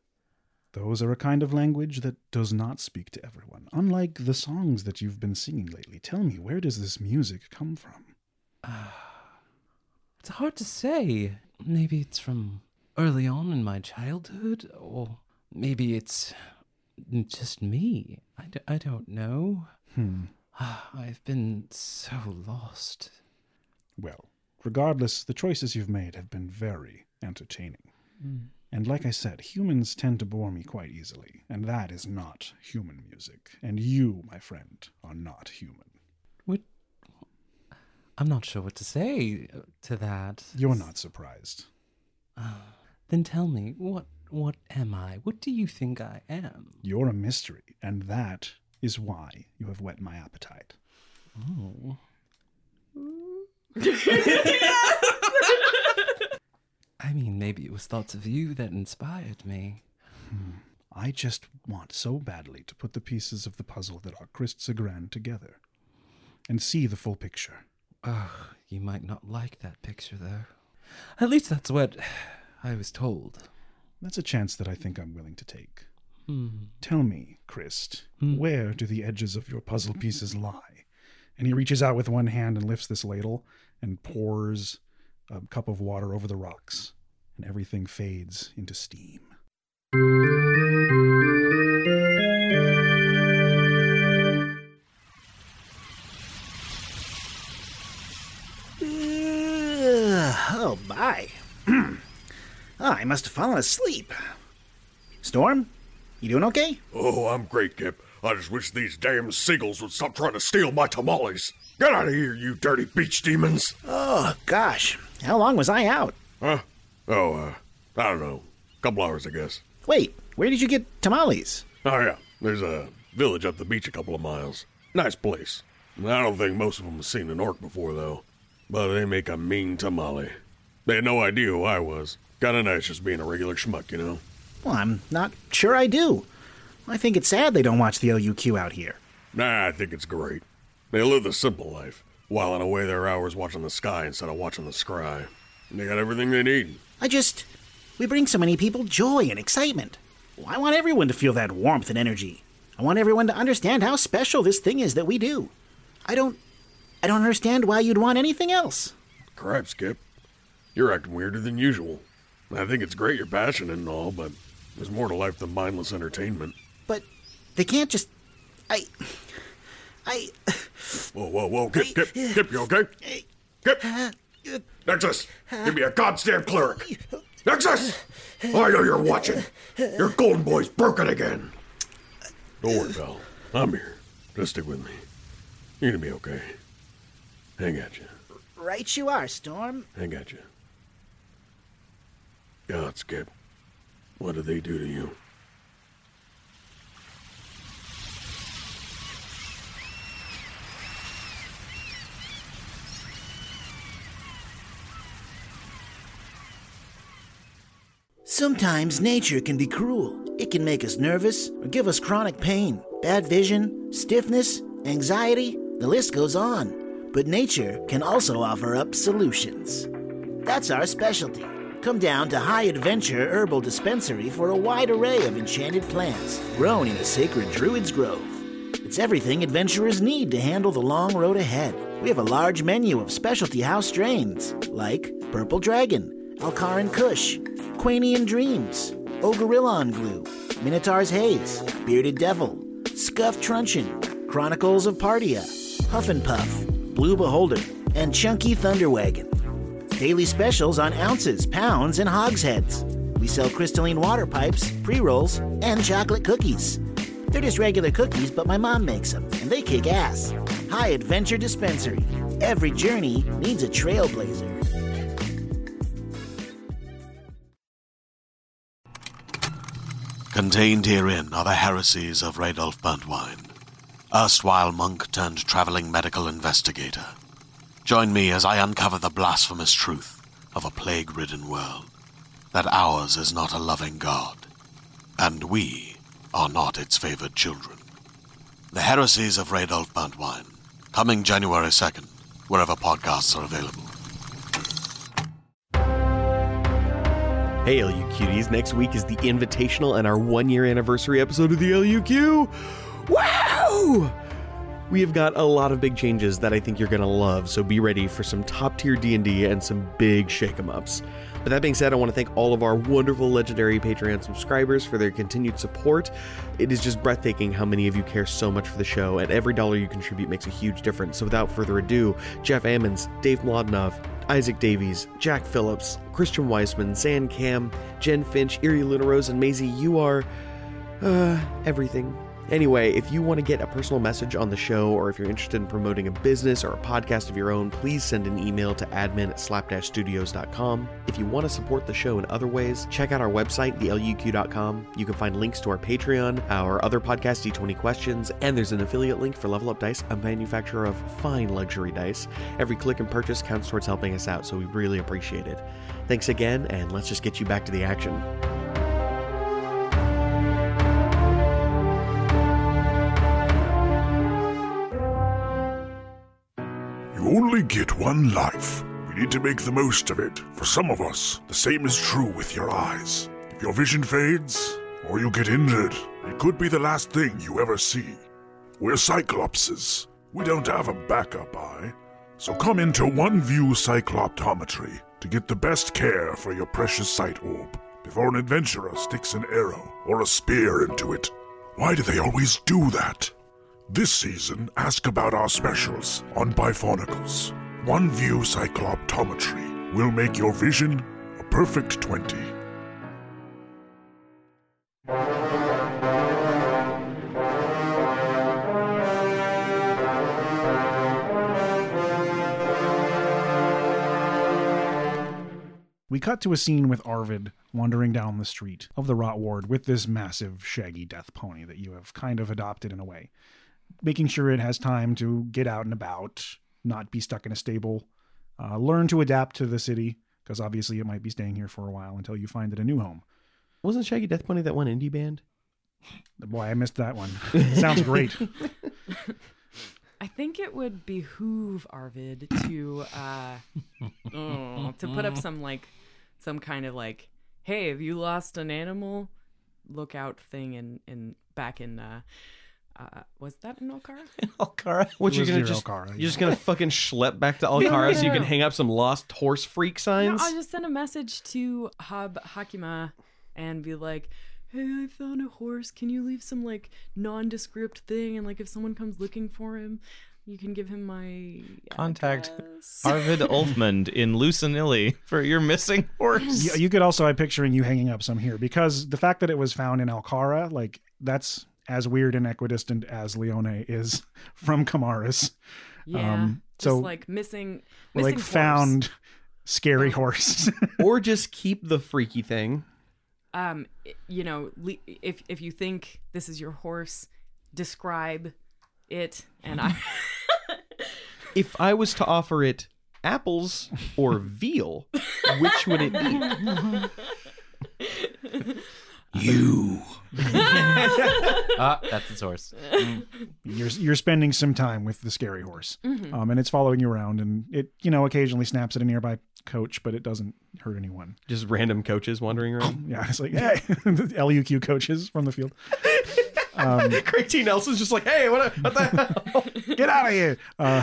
Those are a kind of language that does not speak to everyone, unlike the songs that you've been singing lately. Tell me, where does this music come from?
It's hard to say. Maybe it's from early on in my childhood, or maybe it's just me. I, d- I don't know. Ah, I've been so lost.
Well, regardless, the choices you've made have been very entertaining. And like I said, humans tend to bore me quite easily, and that is not human music. And you, my friend, are not human.
What? I'm not sure what to say uh, to that.
You're not surprised.
Then tell me, what what am I? What do you think I am?
You're a mystery, and that is why you have whet my appetite.
I mean, maybe it was thoughts of you that inspired me.
I just want so badly to put the pieces of the puzzle that are Chris Segran together and see the full picture.
Oh, you might not like that picture, though. At least that's what I was told.
That's a chance that I think I'm willing to take.
Hmm.
Tell me, Christ, where do the edges of your puzzle pieces lie? And he reaches out with one hand and lifts this ladle and pours a cup of water over the rocks, and everything fades into steam.
Ugh, oh my. Ah, I must have fallen asleep. Storm, you doing okay?
Oh, I'm great, Kip. I just wish these damn seagulls would stop trying to steal my tamales. Get out of here, you dirty beach demons!
Oh gosh, how long was I out?
Huh? Oh, uh, I don't know. Couple hours, I guess.
Wait, where did you get tamales?
Oh, yeah. There's a village up the beach a couple of miles. Nice place. I don't think most of them have seen an orc before, though. But they make a mean tamale. They had no idea who I was. Kinda nice just being a regular schmuck, you know?
Well, I'm not sure I do. I think it's sad they don't watch the LUQ out here.
Nah, I think it's great. They live the simple life, whiling away their hours watching the sky instead of watching the sky. And they got everything they need.
I just. We bring so many people joy and excitement. Well, I want everyone to feel that warmth and energy. I want everyone to understand how special this thing is that we do. I don't. I don't understand why you'd want anything else.
Crap, Skip. You're acting weirder than usual. I think it's great you're passionate and all, but there's more to life than mindless entertainment.
But they can't just. I. I.
Whoa, whoa, whoa. Kip, Kip, Kip, you okay? Kip! Nexus! Give me a goddamn cleric! Nexus! I know you're watching. Your golden boy's broken again. Don't worry, Val. I'm here. Just stick with me. You're gonna be okay. Hang at you.
Right you are, Storm.
Hang at you. God, Skip. What did they do to you?
Sometimes nature can be cruel. It can make us nervous or give us chronic pain, bad vision, stiffness, anxiety, the list goes on. But nature can also offer up solutions. That's our specialty. Come down to High Adventure Herbal Dispensary for a wide array of enchanted plants grown in a sacred druid's grove. It's everything adventurers need to handle the long road ahead. We have a large menu of specialty house strains like Purple Dragon, Alcaran Kush, Quanian Dreams, Ogorillon Glue, Minotaur's Haze, Bearded Devil, Scuff Truncheon, Chronicles of Partia, Huff and Puff, Blue Beholder, and Chunky Thunderwagon. Daily specials on ounces, pounds, and hogsheads. We sell crystalline water pipes, pre rolls, and chocolate cookies. They're just regular cookies, but my mom makes them, and they kick ass. High Adventure Dispensary. Every journey needs a trailblazer.
Contained herein are the heresies of Radolf Burntwine, erstwhile monk turned traveling medical investigator. Join me as I uncover the blasphemous truth of a plague ridden world that ours is not a loving God, and we are not its favored children. The heresies of Radolf Burntwine, coming January 2nd, wherever podcasts are available.
Hey, LU cuties. Next week is the Invitational and our one year anniversary episode of the LUQ. Wow! We have got a lot of big changes that I think you're going to love, so be ready for some top tier D&D and some big shake 'em ups. But that being said, I want to thank all of our wonderful legendary Patreon subscribers for their continued support. It is just breathtaking how many of you care so much for the show, and every dollar you contribute makes a huge difference. So without further ado, Jeff Ammons, Dave Mladenov, Isaac Davies, Jack Phillips, Christian Weisman, Zan Cam, Jen Finch, Erie Luna Rose, and Maisie, you are uh, everything. Anyway, if you want to get a personal message on the show, or if you're interested in promoting a business or a podcast of your own, please send an email to admin at slap-studios.com. If you want to support the show in other ways, check out our website, theluq.com. You can find links to our Patreon, our other podcast, D20 Questions, and there's an affiliate link for Level Up Dice, a manufacturer of fine luxury dice. Every click and purchase counts towards helping us out, so we really appreciate it. Thanks again, and let's just get you back to the action.
You only get one life. We need to make the most of it. For some of us, the same is true with your eyes. If your vision fades, or you get injured, it could be the last thing you ever see. We're cyclopses. We don't have a backup eye. So come into One View Cycloptometry to get the best care for your precious sight orb before an adventurer sticks an arrow or a spear into it. Why do they always do that? This season, ask about our specials on Biphonicals. One View Cycloptometry will make your vision a perfect 20.
We cut to a scene with Arvid wandering down the street of the Rot Ward with this massive, shaggy death pony that you have kind of adopted in a way, making sure it has time to get out and about, not be stuck in a stable, uh, learn to adapt to the city, because obviously it might be staying here for a while until you find it a new home.
Wasn't Shaggy Death Bunny that one indie band?
Boy, I missed that one. Sounds great.
I think it would behoove Arvid to uh, oh, to put up some like some kind of like, hey, have you lost an animal? Lookout thing in in back in uh, uh, was that in Alcara?
Alcara?
What
It
you
was
gonna
near
just
Alcara,
you're
yeah.
just gonna fucking schlep back to
No, no,
Alcara so you
no,
can
no.
hang up some lost horse freak
No,
signs?
I'll just send a message to Hab Hakima and be like, "Hey, I found a horse. Can you leave some like nondescript thing? And like, if someone comes looking for him, you can give him my
Contact Arvid Ulfmund in Lucinilli for your missing horse.
you, you could also I'm picturing you hanging up some here because the fact that it was found in Alcara, like that's as weird and equidistant as Leone is from Camaras. Um,
yeah."
so
just like missing,
like,
missing horse.
found scary horse.
or just keep the freaky thing.
um i- you know le- if if you think this is your horse describe it and i
If I was to offer it apples or veal, which would it be?
You.
ah, that's its horse.
Mm. you're you're spending some time with the scary horse,
Mm-hmm.
Mhm.
um, and it's following you around, and it you know occasionally snaps at a nearby coach, but it doesn't hurt anyone.
Just random coaches wandering around.
Yeah, it's like hey, the LUQ coaches from the field. Um,
Craig T. Nelson's just like, hey, what, what the hell?
Get out of here! Uh,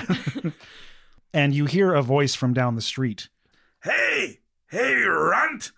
and you hear a voice from down the street,
Hey! Hey, runt!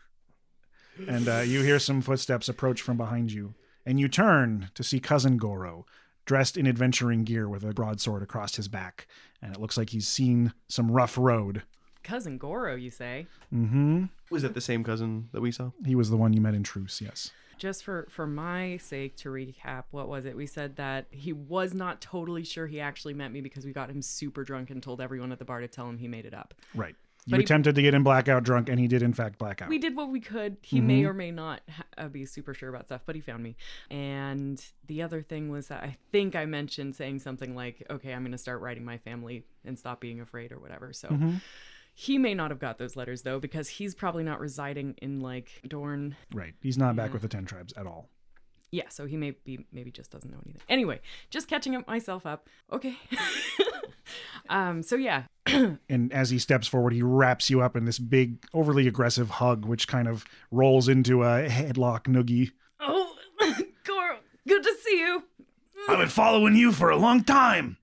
and uh, you hear some footsteps approach from behind you, and you turn to see cousin Goro, dressed in adventuring gear with a broadsword across his back, and it looks like he's seen some rough road.
cousin goro you say
Mm-hmm.
Was that the same cousin that we saw?
He was the one you met in Truce, yes.
just for for my sake to recap what was it we said that he was not totally sure he actually met me because we got him super drunk and told everyone at the bar to tell him he made it up
Right. You
But he-
attempted to get him blackout drunk, and he did, in fact, blackout.
We did what we could. He may
Mhm.
or may not ha- uh, be super sure about stuff, but he found me. And the other thing was that I think I mentioned saying something like, okay, I'm going to start writing my family and stop being afraid or whatever. So
Mhm.
he may not have got those letters though, because he's probably not residing in like Dorn.
Right. He's not back with the 10 tribes at all.
Yeah, so he may be, maybe just doesn't know anything. Anyway, just catching up myself up. Okay. um. So yeah,
And as he steps forward, he wraps you up in this big, overly aggressive hug, which kind of rolls into a headlock noogie.
Oh, Goro, good to see you.
I've been following you for a long time.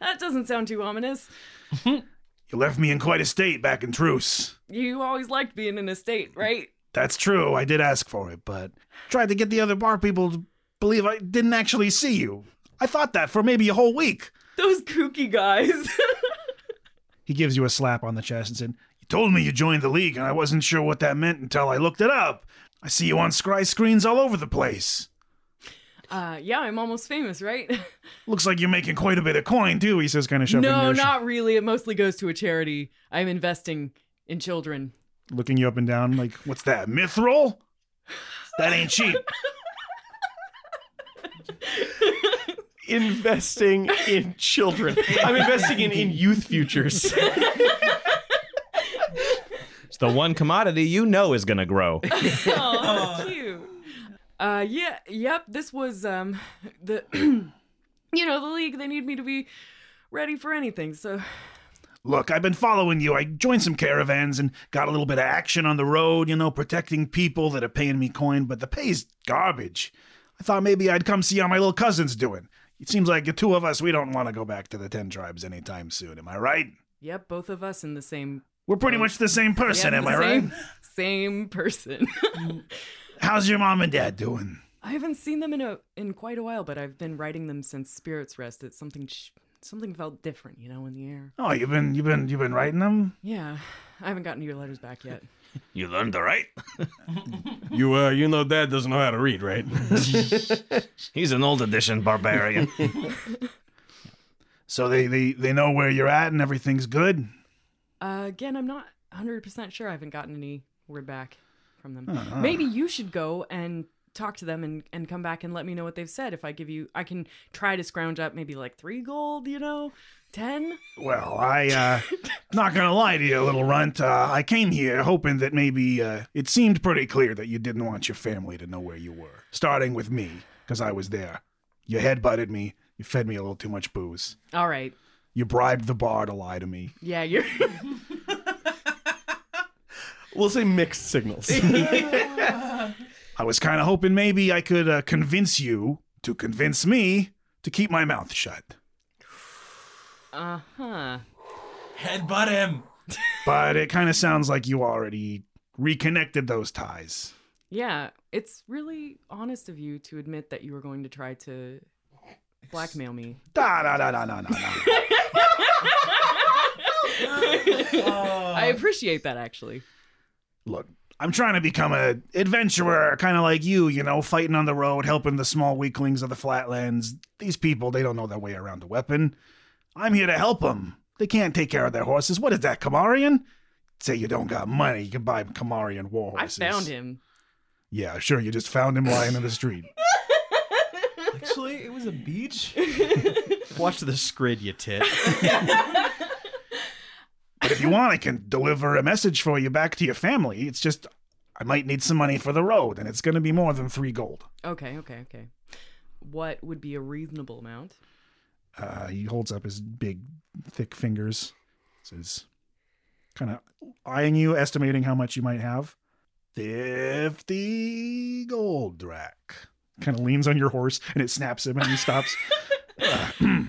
That doesn't sound too ominous.
You left me in quite a state back in Truce.
You always liked being in a state, right?
That's true. I did ask for it, but
Tried to get the other bar people to believe I didn't actually see you. I thought that for maybe a whole week.
Those kooky guys.
He gives you a slap on the chest and said,
you told me you joined the league, and I wasn't sure what that meant until I looked it up. I see you on scry screens all over the place.
Uh, yeah, I'm almost famous, right?
Looks like you're making quite a bit of
coin too, he says, kind of shoving
no,
your
not really. It mostly goes to a charity. I'm investing in children.
looking you up and down like, what's that, mithril?
That ain't cheap.
investing in children. I'm investing in, in youth futures.
It's the one commodity you know is going to grow.
oh, that's cute. Uh, yeah, yep. This was um, the, you know, the league. They need me to be ready for anything. So
Look, I've been following you. I joined some caravans and got a little bit of action on the road, you know, protecting people that are paying me coin, but the pay's garbage. I thought maybe I'd come see how my little cousin's doing. It seems like the two of us, we don't want to go back to the Ten Tribes anytime soon, am I right?
yep, both of us in the same.
We're pretty much the same person,
Yep,
am
the
I
same-
right?
Same person.
How's your mom and dad doing?
I haven't seen them in a in quite a while, but I've been writing them since Spirits Rest. It's something sh- something felt different, you know, in the air.
Oh, you've been you've been you've been writing them?
Yeah, I haven't gotten your letters back yet.
You learned to write?
You uh, you know, Dad doesn't know how to read, right?
He's an old edition barbarian.
So they, they they know where you're at and everything's good?
Uh, again, I'm not 100% sure I haven't gotten any word back from them.
Huh.
Maybe you should go and talk to them and, and come back and let me know what they've said. If I give you, I can try to scrounge up maybe like three gold, you know, ten.
Well, I, uh, not gonna lie to you, little runt. Uh, I came here hoping that maybe, uh, it seemed pretty clear that you didn't want your family to know where you were. Starting with me, because I was there. You headbutted me, you fed me a little too much booze,
All right.
you bribed the bar to lie to me.
Yeah, you're.
We'll say mixed signals.
I was kind of hoping maybe I could uh, convince you to convince me to keep my mouth shut.
Uh huh.
Headbutt him.
But it kind of sounds like you already reconnected those ties.
Yeah, it's really honest of you to admit that you were going to try to blackmail me.
Da da da da da da.
I appreciate that actually.
Look, I'm trying to become an adventurer, kind of like you, you know, fighting on the road, helping the small weaklings of the flatlands. These people, they don't know their way around a weapon. I'm here to help them. They can't take care of their horses. What is that, Kamarian? Say you don't got money, you can buy Kamarian war
I
horses.
found him.
Yeah, sure, you just found him lying in the street.
Actually, it was a beach.
Watch the scrid, you tit.
But if you want, I can deliver a message for you back to your family. It's just, I might need some money for the road, and it's going to be more than three gold.
Okay, okay, okay. What would be a reasonable amount?
Uh, he holds up his big, thick fingers. Says, kind of eyeing you, estimating how much you might have. 50 gold rack. Kind of leans on your horse, and it snaps him, and he stops.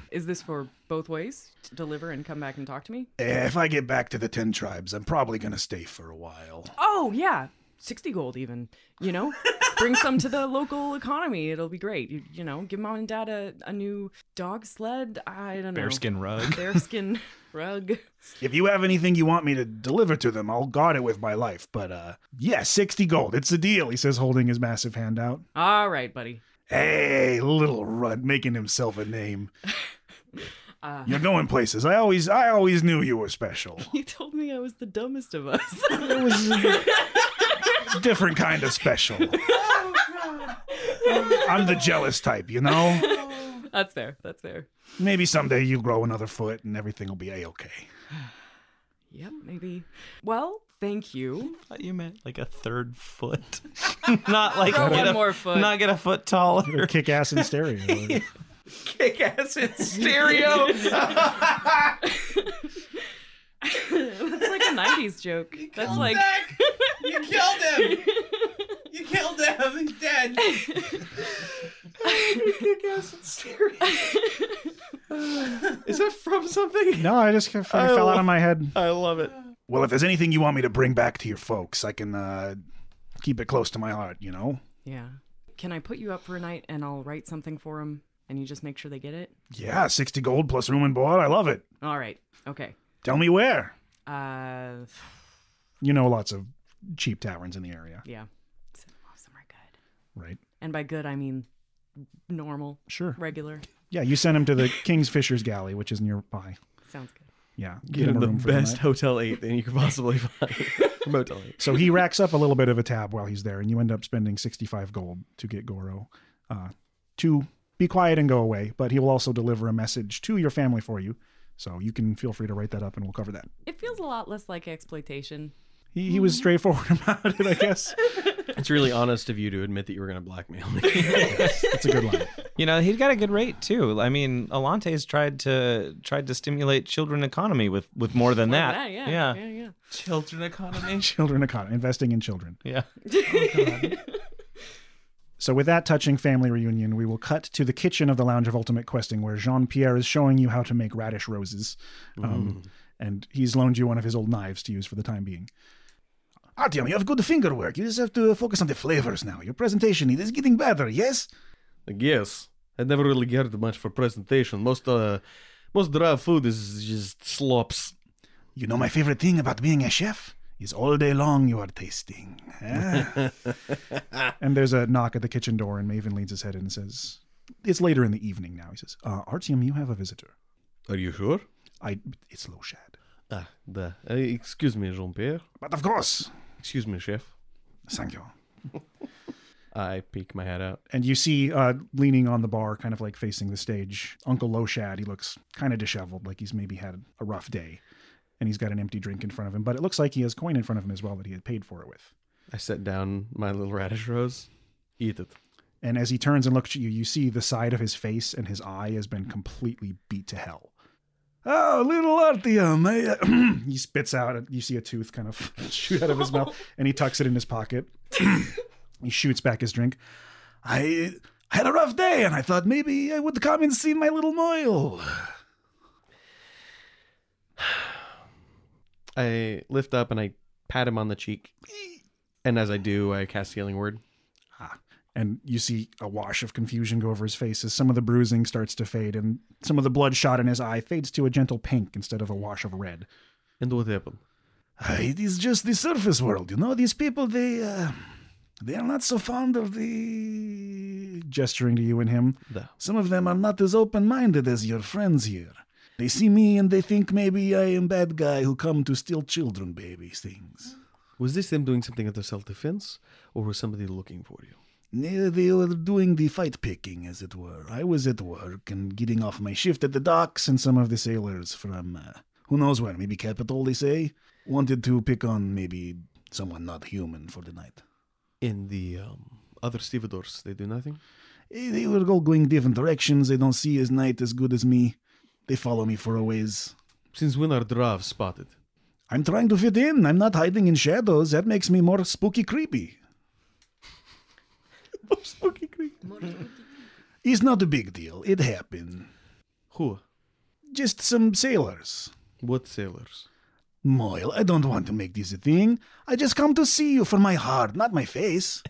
Is this for both ways? To deliver and come back and talk to me?
if I get back to the Ten Tribes, I'm probably going to stay for a while.
Oh, yeah. 60 gold, even. You know? Bring some to the local economy. It'll be great. You, you know, give mom and dad a, a new dog sled. I don't know.
Bearskin rug.
Bearskin rug.
If you have anything you want me to deliver to them, I'll guard it with my life. But uh yeah, 60 gold. It's a deal, he says, holding his massive hand out.
All right, buddy.
Hey, little runt, making himself a name.
Uh,
You're going places. I always I always knew you were special.
You told me I was the dumbest of us.
It's a different kind of special. "Oh, I'm the jealous type, you know?
That's fair. That's fair.
Maybe someday you'll grow another foot and everything will be A-okay.
Yep, maybe. Well, thank you.
you meant like a third foot, not like
Grow
get
one
a,
more foot.
not get a foot taller.
Kick ass in stereo.
Kick ass in stereo.
That's like a 90s joke. That's like.
you killed him. You killed him. He's dead. Kick ass in stereo.
Is that from something?
No, I just kind of
I
fell out
lo-
of my head.
I love it.
Well, if there's anything you want me to bring back to your folks, I can uh keep it close to my heart, you know?
Yeah. Can I put you up for a night and I'll write something for them and you just make sure they get it?
Yeah, 60 gold plus room and board. I love it.
All right. Okay.
Tell me where.
Uh,
You know lots of cheap taverns in the area,
yeah. Send them off somewhere good.
right?
And by good, I mean normal.
Sure.
Regular.
Yeah, you sent him to the King's Fisher's Galley, which is nearby.
Sounds good.
Yeah.
Get him
a
the
room for
best
night.
Hotel 8 that you could possibly find. Motel 8.
So he racks up a little bit of a tab while he's there, and you end up spending 65 gold to get Goro uh, to be quiet and go away. But he will also deliver a message to your family for you. So you can feel free to write that up, and we'll cover that.
It feels a lot less like exploitation.
He,
Mm-hmm.
he was straightforward about it, I guess.
It's really honest of you to admit that you were going to blackmail me.
That's a good line.
You know, he's got a good rate too. I mean, Alante's tried to tried to stimulate children economy with with more than that.
yeah,
yeah.
yeah, yeah.
Children economy. Oh,
children economy, investing in children.
Yeah.
So, with that touching family reunion, we will cut to the kitchen of the Lounge of Ultimate Questing, where Jean Pierre is showing you how to make radish roses.
Mm.
Um, And he's loaned you one of his old knives to use for the time being.
Artyom, you have good finger work. You just have to focus on the flavors now. Your presentation is getting better, yes?
Like, yes, I never really cared much for presentation. Most uh, most dry food is just slops.
You know my favorite thing about being a chef is all day long you are tasting. Ah.
And there's a knock at the kitchen door, and Maven leans his head in and says, It's later in the evening now. He says, uh, Artyom, you have a visitor.
Are you sure?
I, it's Loshad.
Ah, da. Uh, excuse me, Jean Pierre.
But of course.
Excuse me, chef.
Thank you.
I peek my head out.
And you see, uh, leaning on the bar, kind of like facing the stage, Uncle Loshad. He looks kind of disheveled, like he's maybe had a rough day, and he's got an empty drink in front of him. But it looks like he has coin in front of him as well that he had paid for it with.
I set down my little radish rose, eat it.
And as he turns and looks at you, you see the side of his face and his eye has been completely beat to hell. Oh, little Artyom. I- he spits out, you see a tooth kind of shoot out of his mouth, and he tucks it in his pocket. he shoots back his drink.
I had a rough day and I thought maybe I would come and see my little Moyle.
I lift up and I pat him on the cheek. And as I do, I cast Healing Word.
and you see a wash of confusion go over his face as some of the bruising starts to fade and some of the bloodshot in his eye fades to a gentle pink instead of a wash of red.
And what happened?
It is just the surface world, you know. These people, they uh, they are not so fond of the
gesturing to you and him.
Some of them are not as open-minded as your friends here. They see me and they think maybe I am bad guy who come to steal children, babies, things.
Was this them doing something out of self defense, or was somebody looking for you?
Yeah, They were doing the fight picking, as it were. I was at work and getting off my shift at the docks, and some of the sailors from uh, who knows where, maybe capital, they say, wanted to pick on maybe someone not human for the night.
In the um, other stevedores, they do nothing?
Eh, They were all going different directions. They don't see as night as good as me. They follow me for a ways.
Since when are Drav spotted?
I'm trying to fit in. I'm not hiding in shadows. That makes me more spooky creepy. It's not a big deal. It happened.
Who?
Just some sailors.
What sailors?
Moyle, I don't want to make this a thing. I just come to see you for my heart, not my face.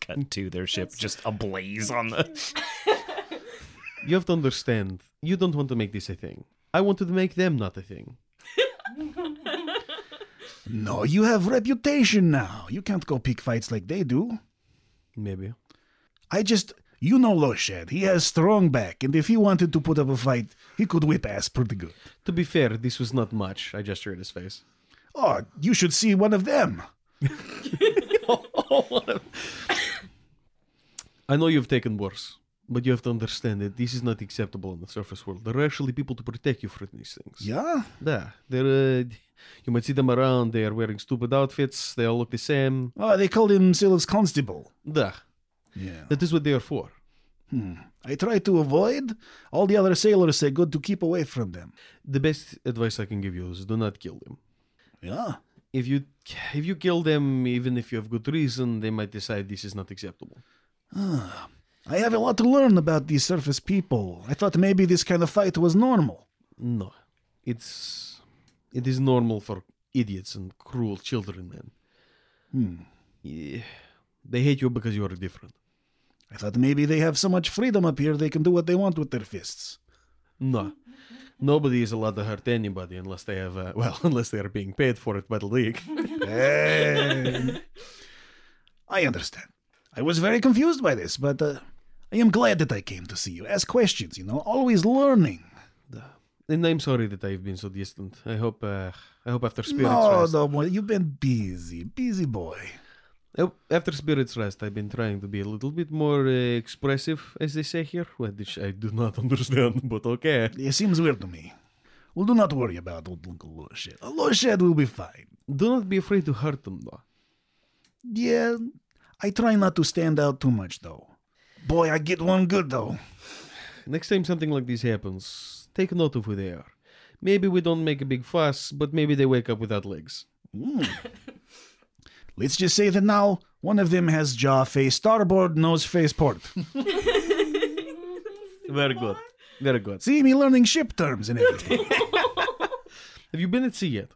Cut to their ship just ablaze on the.
You have to understand, you don't want to make this a thing. I wanted to make them not a thing.
No, you have reputation now. You can't go pick fights like they do.
Maybe.
I just, you know Loshed. He has strong back, and if he wanted to put up a fight, he could whip ass pretty good.
To be fair, this was not much. I gesture at his face.
Oh, you should see one of them.
I know you've taken worse, but you have to understand that this is not acceptable in the surface world. There are actually people to protect you from these things.
Yeah?
Yeah. They're, uh, you might see them around. They are wearing stupid outfits. They all look the same.
Oh, they call themselves Constable.
Yeah.
Yeah.
That is what they are for.
Hmm. I try to avoid. All the other sailors say good to keep away from them.
The best advice I can give you is do not kill them.
Yeah.
If you if you kill them, even if you have good reason, they might decide this is not acceptable.
Ah, I have a lot to learn about these surface people. I thought maybe this kind of fight was normal.
No, it's it is normal for idiots and cruel children, man.
Hmm.
Yeah. They hate you because you are different.
I thought maybe they have so much freedom up here they can do what they want with their fists.
No, nobody is allowed to hurt anybody unless they have uh, well, unless they are being paid for it by the league.
Hey. I understand. I was very confused by this, but uh, I am glad that I came to see you. Ask questions, you know, always learning.
And I'm sorry that I've been so distant. I hope uh, I hope after spirits
no,
rest.
no, boy, you've been busy, busy boy.
I hope After spirits rest, I've been trying to be a little bit more uh, expressive, as they say here, which I do not understand, but okay.
It seems weird to me. Well, do not worry about old Uncle Lorshed. Lorshed will be fine.
Do not be afraid to hurt them, though.
Yeah, I try not to stand out too much, though. Boy, I get one good, though.
Next time something like this happens, take note of who they are. Maybe we don't make a big fuss, but maybe they wake up without legs.
Let's just say that now one of them has jaw face starboard, nose face port.
Very good. Very good.
See me learning ship terms and everything.
Have you been at sea yet?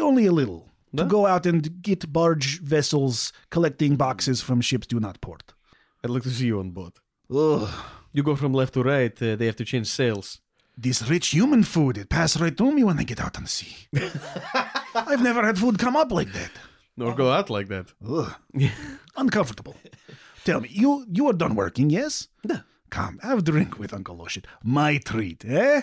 Only a little. To go out and get barge vessels collecting boxes from ships do not port.
I'd like to see you on board.
Ugh.
You go from left to right, uh, they have to change sails.
This rich human food, it passes right through me when I get out on the sea. I've never had food come up like that.
Nor go out like that.
Ugh. Uncomfortable. Tell me, you you are done working, yes? Come, have a drink with Uncle Oshit. My treat, eh?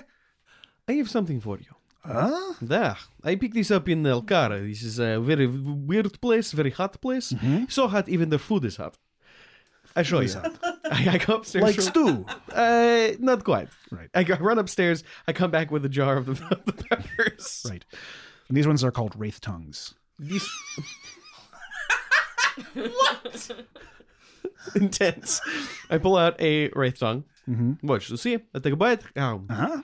I have something for you.
Ah?
Huh?
There. I picked this up in El Cara. This is a very w- weird place, very hot place. So hot, even their food is hot. I show you. I, I go upstairs.
Like
from-
stew.
Uh, not quite.
Right.
I, go, I run upstairs. I come back with a jar of the, of the peppers.
Right. And these ones are called wraith tongues.
These what? Intense. I pull out a wraith tongue.
Mhm.
Watch. You see? I take a bite. Um,
uh-huh.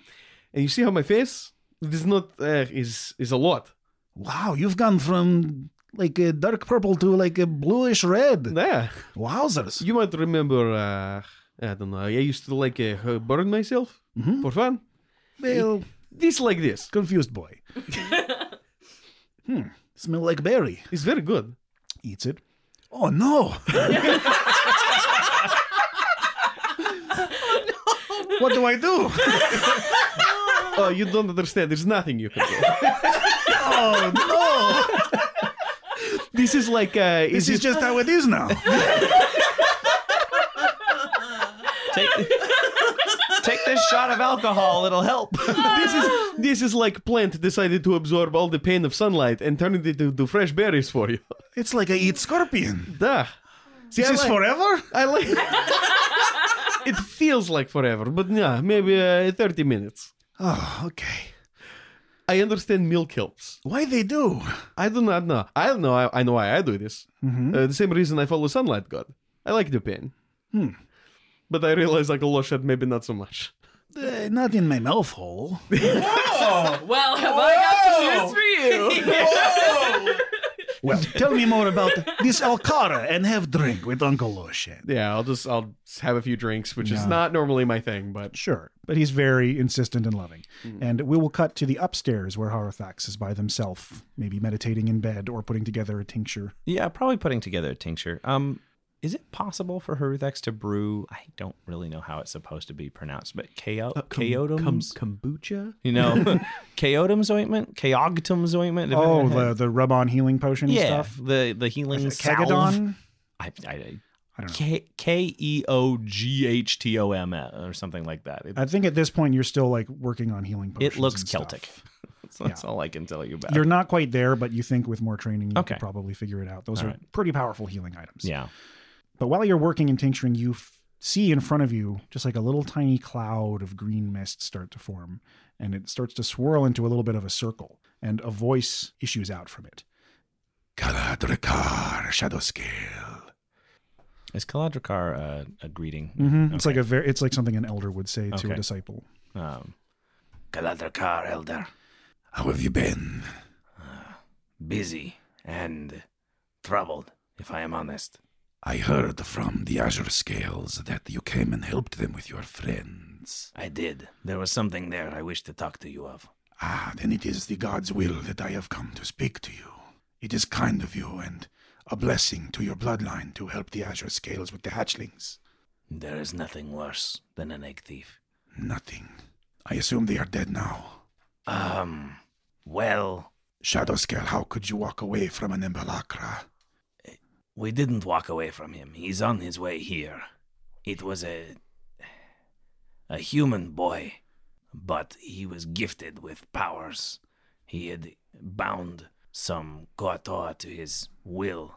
And you see how my face? It is not. Uh, is is a lot.
Wow, you've gone from like a dark purple to like a bluish red.
Yeah.
Wowzers.
You might remember. Uh, I don't know. I used to like uh, burn myself for fun.
Mm-hmm. Well-
this like this.
Confused boy. Hmm. Smell like berry.
It's very good.
Eats it. Oh no. What do I do?
oh, you don't understand. There's nothing you can do.
oh
no. This is like uh,
This is just how it is now.
Take, take this shot of alcohol; it'll help.
this is this is like plant decided to absorb all the pain of sunlight and turn it into, into fresh berries for you.
It's like I eat scorpion.
Duh.
This is forever?
I like. it feels like forever, but nah, maybe uh, thirty minutes.
Oh, okay.
I understand milk helps.
Why they do?
I do not know. I don't know. I, I know why I do this.
Mm-hmm.
Uh, the same reason I follow sunlight god. I like the pain,
Hmm.
but I realize like a lot shit, maybe not so much.
Uh, not in my mouth hole.
Well, have I got some
Oh!
news for you?
Well, tell me more about this Alcara and have drink with Uncle Loshan.
Yeah, I'll just I'll have a few drinks, which is
Yeah.
not normally my thing, but
Sure. But he's very insistent and loving.
Mm-hmm.
And we will cut to the upstairs where Harafax is by himself, maybe meditating in bed or putting together a tincture.
Yeah, probably putting together a tincture. Um, is it possible for Heruthex to brew? I don't really know how it's supposed to be pronounced, but
Uh,
chaotum, chaotums,
kombucha.
you know, chaotums ointment, chaogtum's ointment. Did I-
Oh, the, the rub on healing potion and
yeah,
stuff?
the the healing
Is it Kegadon?
salve. I, I, I, don't know. K e o g h t o m or something like that. It,
I think at this point you're still like working on healing potions.
it looks
and stuff.
Celtic. that's that's all I can tell you about.
You're not quite there, but you think with more training you
Okay.
could probably figure it out. Those
All
are
right.
pretty powerful healing items.
Yeah.
But while you're working and tincturing, you f- see in front of you just like a little tiny cloud of green mist start to form, and it starts to swirl into a little bit of a circle, and a voice issues out from it.
Kaladrakar Shadowscale.
Is Kaladrakar uh, a greeting?
hmm It's like a very, it's like something an elder would say to
Okay.
a disciple.
Um,
Kaladrakar, Elder. Uh,
How have you been?
Busy and troubled, if I am honest.
I heard from the Azure Scales that you came and helped them with your friends.
I did. There was something there I wished to talk to you of.
Ah, then it is the God's will that I have come to speak to you. It is kind of you and a blessing to your bloodline to help the Azure Scales with the hatchlings.
There is nothing worse than an egg thief.
Nothing. I assume they are dead now.
Um, well,
Shadow Scale, how could you walk away from an Embalakra?
we didn't walk away from him. He's on his way here. It was a a human boy, but he was gifted with powers. He had bound some Koatoa to his will,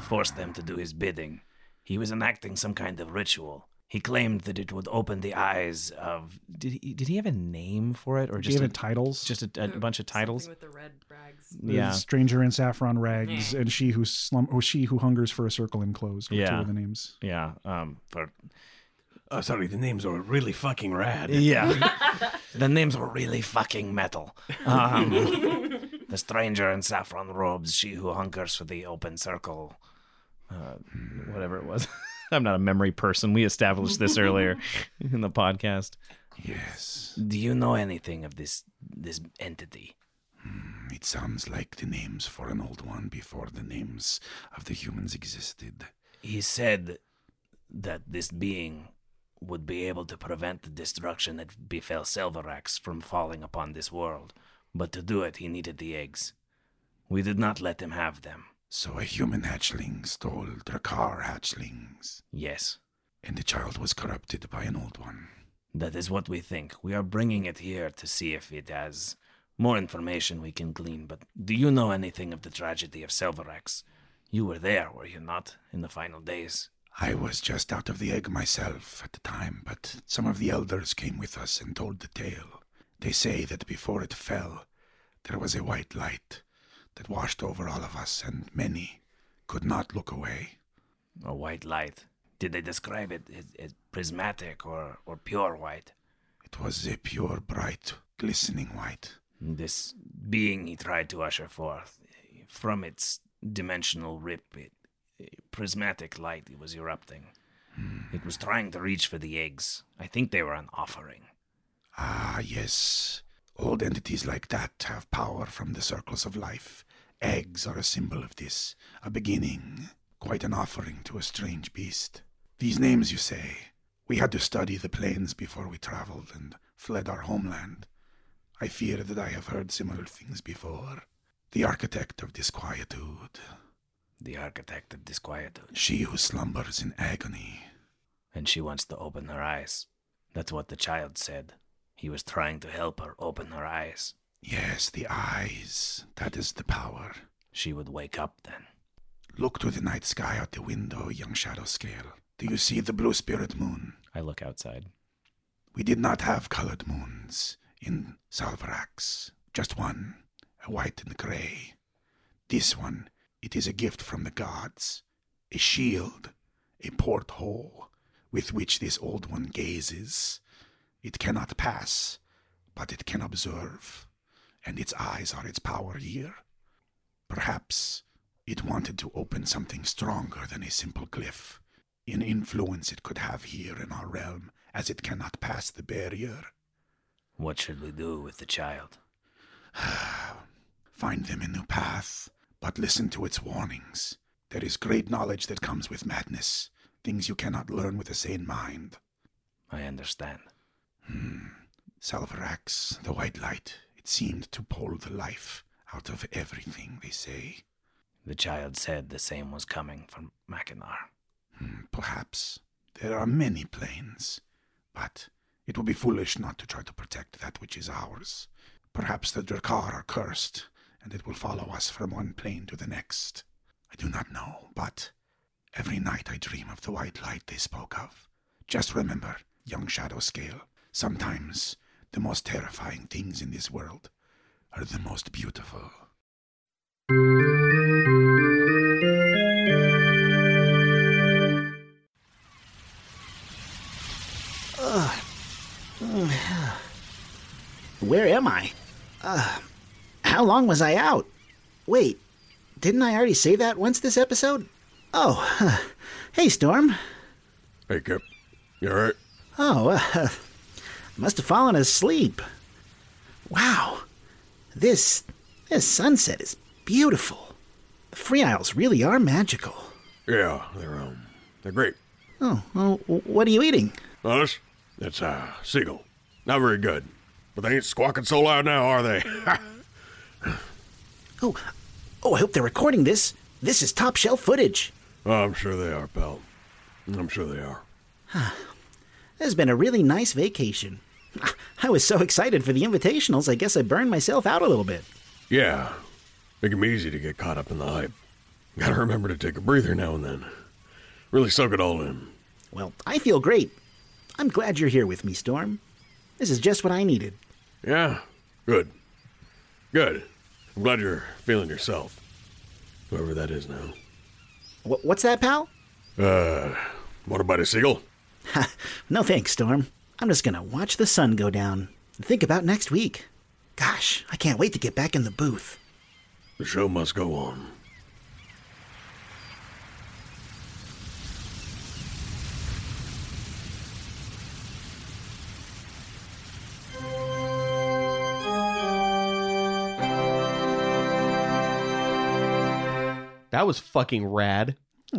forced them to do his bidding. He was enacting some kind of ritual. He claimed that it would open the eyes of.
did he did he have a name for it or
Did
just
he have
a-
titles?
Just a, a bunch of titles.
Oh, with the red rags.
The
Yeah.
stranger in saffron rags, and she who slum, or she who hungers for a circle enclosed. Are two
Yeah.
of the names.
Yeah. Um. For
Oh, sorry, the names are really fucking rad.
Yeah.
the names were really fucking metal. Um, the stranger in saffron robes, she who hunkers for the open circle.
uh, whatever it was. I'm not a memory person. We established this earlier in the podcast.
Yes.
Do you know anything of this this entity?
Mm,
It sounds like the names for an old one before the names of the humans existed.
He said that this being would be able to prevent the destruction that befell Selvarax from falling upon this world, but to do it, he needed the eggs. We did not let him have them.
So a human hatchling stole Drakkar hatchlings.
Yes.
And the child was corrupted by an old one.
That is what we think. We are bringing it here to see if it has more information we can glean. But do you know anything of the tragedy of Selvarax? You were there, were you not, in the final days?
I was just out of the egg myself at the time, but some of the elders came with us and told the tale. They say that before it fell, there was a white light that washed over all of us, and many could not look away.
A white light. Did they describe it as, as prismatic or, or pure white?
It was a pure, bright, glistening white.
This being he tried to usher forth from its dimensional rip, it, prismatic light was erupting.
Hmm.
It was trying to reach for the eggs. I think they were an offering.
Ah, yes. Old entities like that have power from the circles of life. Eggs are a symbol of this, a beginning, quite an offering to a strange beast. These names, you say. We had to study the plains before we traveled and fled our homeland. I fear that I have heard similar things before. The architect of disquietude.
The architect of disquietude.
She who slumbers in agony.
And she wants to open her eyes. That's what the child said. He was trying to help her open her eyes.
Yes, the eyes. That is the power.
She would wake up then.
Look to the night sky out the window, young shadow scale. Do you see the blue spirit moon?
I look outside.
We did not have colored moons in Salvarax. Just one, a white and gray. This one, it is a gift from the gods, a shield, a porthole with which this old one gazes. It cannot pass, but it can observe, and its eyes are its power here. Perhaps it wanted to open something stronger than a simple glyph, an influence it could have here in our realm, as it cannot pass the barrier.
What should we do with the child?
Find them a new path, but listen to its warnings. There is great knowledge that comes with madness, things you cannot learn with a sane mind.
I understand.
Hmm. Salvarax, the white light, it seemed to pull the life out of everything, they say.
The child said the same was coming from Mackinac.
Hmm, perhaps. There are many planes, but it would be foolish not to try to protect that which is ours. Perhaps the Drakkar are cursed, and it will follow us from one plane to the next. I do not know, but every night I dream of the white light they spoke of. Just remember, young Shadow Scale, sometimes the most terrifying things in this world are the most beautiful.
Ugh. Mm. Where am I? Uh, how long was I out? Wait, didn't I already say that once this episode? Oh, huh. hey, Storm.
Hey, Kip. You alright?
Oh, uh, must have fallen asleep. Wow, this this sunset is beautiful. The Free Isles really are magical.
Yeah, they're um, they're great.
Oh, well, what are you eating?
Us? It's a uh, seagull. Not very good, but they ain't squawking so loud now, are they?
Oh, oh, I hope they're recording this. This is top shelf footage.
Oh, I'm sure they are, pal. I'm sure they are.
This has been a really nice vacation. I was so excited for the invitationals, I guess I burned myself out a little bit.
Yeah, it can be easy to get caught up in the hype. Gotta remember to take a breather now and then. Really soak it all in.
Well, I feel great. I'm glad you're here with me, Storm. This is just what I needed.
Yeah, good. Good. I'm glad you're feeling yourself. Whoever that is now.
Wh- what's that, pal?
Uh, want to bite a seagull?
No thanks, Storm. I'm just gonna watch the sun go down and think about next week. Gosh, I can't wait to get back in the booth.
The show must go on.
That was fucking rad.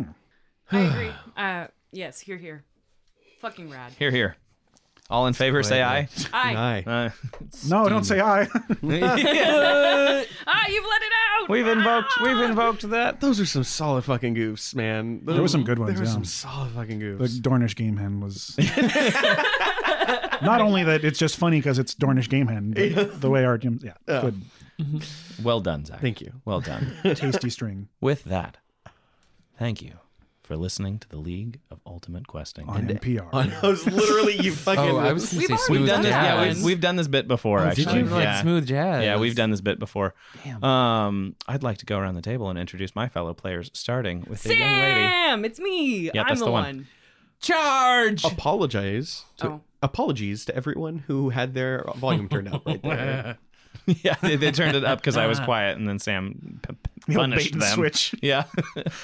I agree. Uh, yes, here, here. Fucking rad.
Here, here. All in favor, say aye.
Aye.
Aye.
No, don't say I.
ah, you've let it out.
we've invoked. We've invoked that.
Those are some solid fucking goofs, man.
There were some good ones,
There were
yeah.
some solid fucking goofs.
The Dornish game hen was. Not only that, it's just funny because it's Dornish game hen. but The way our gym, yeah,
Yeah.
good,
Well done, Zach.
Thank you.
Well done.
tasty string.
With that, thank you for listening to the League of Ultimate Questing
On
And-
NPR.
on-
I was literally you fucking.
Oh, I was gonna say smooth
done this-
Yeah,
yeah,
we've, we've done this bit before.
Oh, did
actually,
you? Like
yeah.
smooth jazz.
Yeah, we've done this bit before. Um, I'd like to go around the table and introduce my fellow players, starting with the young lady.
Ah, Sam, it's me.
Yeah,
I'm
that's
the,
the one.
one. Charge.
Apologize. To,
Oh.
Apologies to everyone who had their volume turned up right there.
yeah, they, they turned it up because I was quiet, and then Sam p- p-
The old
punished
bait and
them.
switch.
Yeah.
It's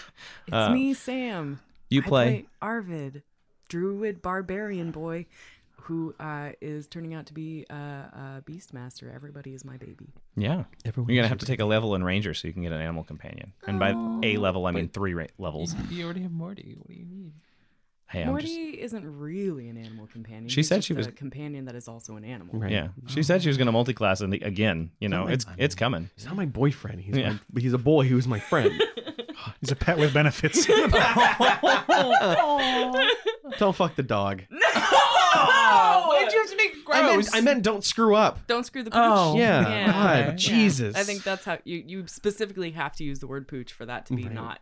Uh,
me, Sam.
you
I
play-
Arvid, druid barbarian boy, who uh, is turning out to be uh, a beast master. Everybody is my baby.
Yeah,
Everyone
you're
should
gonna have to take a level in Ranger so you can get an animal companion, and by a level I mean three ra- levels.
You already have Morty. What do you need?
Hey, I'm just-
Morty isn't really an animal companion.
She
He's
said
just
she was-
a companion that is also an animal.
Yeah, she said she was gonna multi-class, and again, you know,
my
it's it's coming.
He's not my boyfriend. He's
Yeah.
my, he's a boy who's my friend.
he's a pet with benefits.
Oh!
don't fuck the dog.
Oh, why'd you have to make it gross?
I meant, I meant don't screw up.
Don't screw the pooch.
Oh, yeah. God, Jesus.
I think that's how you, you specifically have to use the word pooch for that to be not.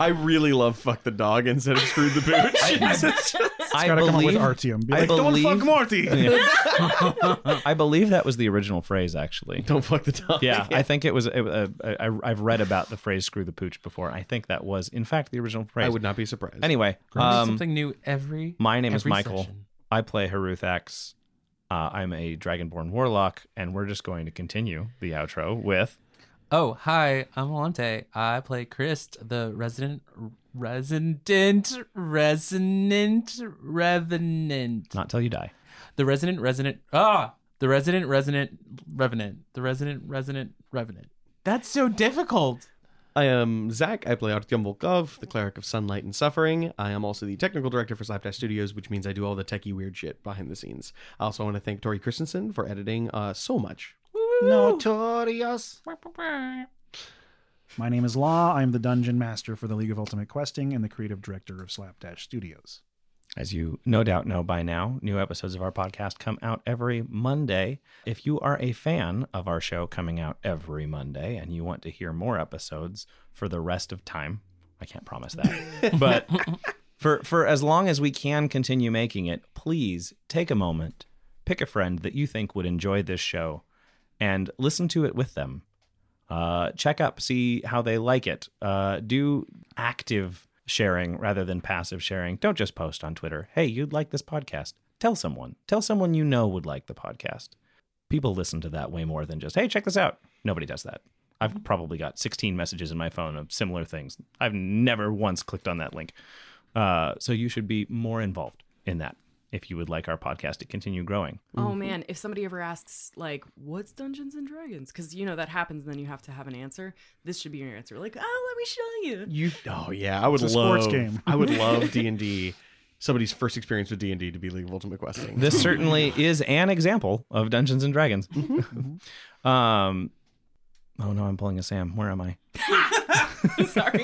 I really love fuck the dog instead of screw the
I-
pooch.
I
gotta come up with
believe-
Artyom. Be
I
like, don't
believe-
fuck Morty.
Yeah. I believe that was the original phrase, actually. Don't
fuck the dog.
Yeah, I think it was. It, uh, I, I- I've read about the phrase "screw the pooch" before. I think that was, in fact, the original phrase.
I would not be surprised.
Anyway,
Learning
um,
something new every.
my name is
every
Michael.
session.
I play Haruthax. Uh, I'm a Dragonborn warlock, and we're just going to continue the outro with.
Oh, hi, I'm Alante. I play Christ, the resident, resident, resonant, revenant.
Not till you die.
The resident, resident, ah, the resident, resident, revenant. The resident, resident, revenant. That's so difficult.
I am Zach. I play Artyom Volkov, the cleric of sunlight and suffering. I am also the technical director for Slapdash Studios, which means I do all the techie weird shit behind the scenes. I also want to thank Tori Christensen for editing uh, so much.
Notorious.
My name is Law. I'm the dungeon master for the League of Ultimate Questing and the creative director of Slapdash Studios.
As you no doubt know by now, new episodes of our podcast come out every Monday. If you are a fan of our show coming out every Monday and you want to hear more episodes for the rest of time, I can't promise that. but for for as long as we can continue making it, please take a moment, pick a friend that you think would enjoy this show and listen to it with them uh, check up, see how they like it. Uh, do active sharing rather than passive sharing. Don't just post on Twitter, hey, you'd like this podcast. Tell someone. Tell someone you know would like the podcast. People listen to that way more than just, hey, check this out. Nobody does that. I've probably got 16 messages in my phone of similar things. I've never once clicked on that link. Uh, so you should be more involved in that if you would like our podcast to continue growing.
Oh man, if somebody ever asks like, "What's Dungeons and Dragons?" because you know that happens, and then you have to have an answer. This should be your answer. Like, oh, let me show you.
You oh yeah, I would
It's a
love
sports game.
I would love D and D. Somebody's first experience with D and D to be League of Ultimate Questing.
this certainly is an example of Dungeons and Dragons. um, oh no, I'm pulling a Sam. Where am I?
Uh,
Probably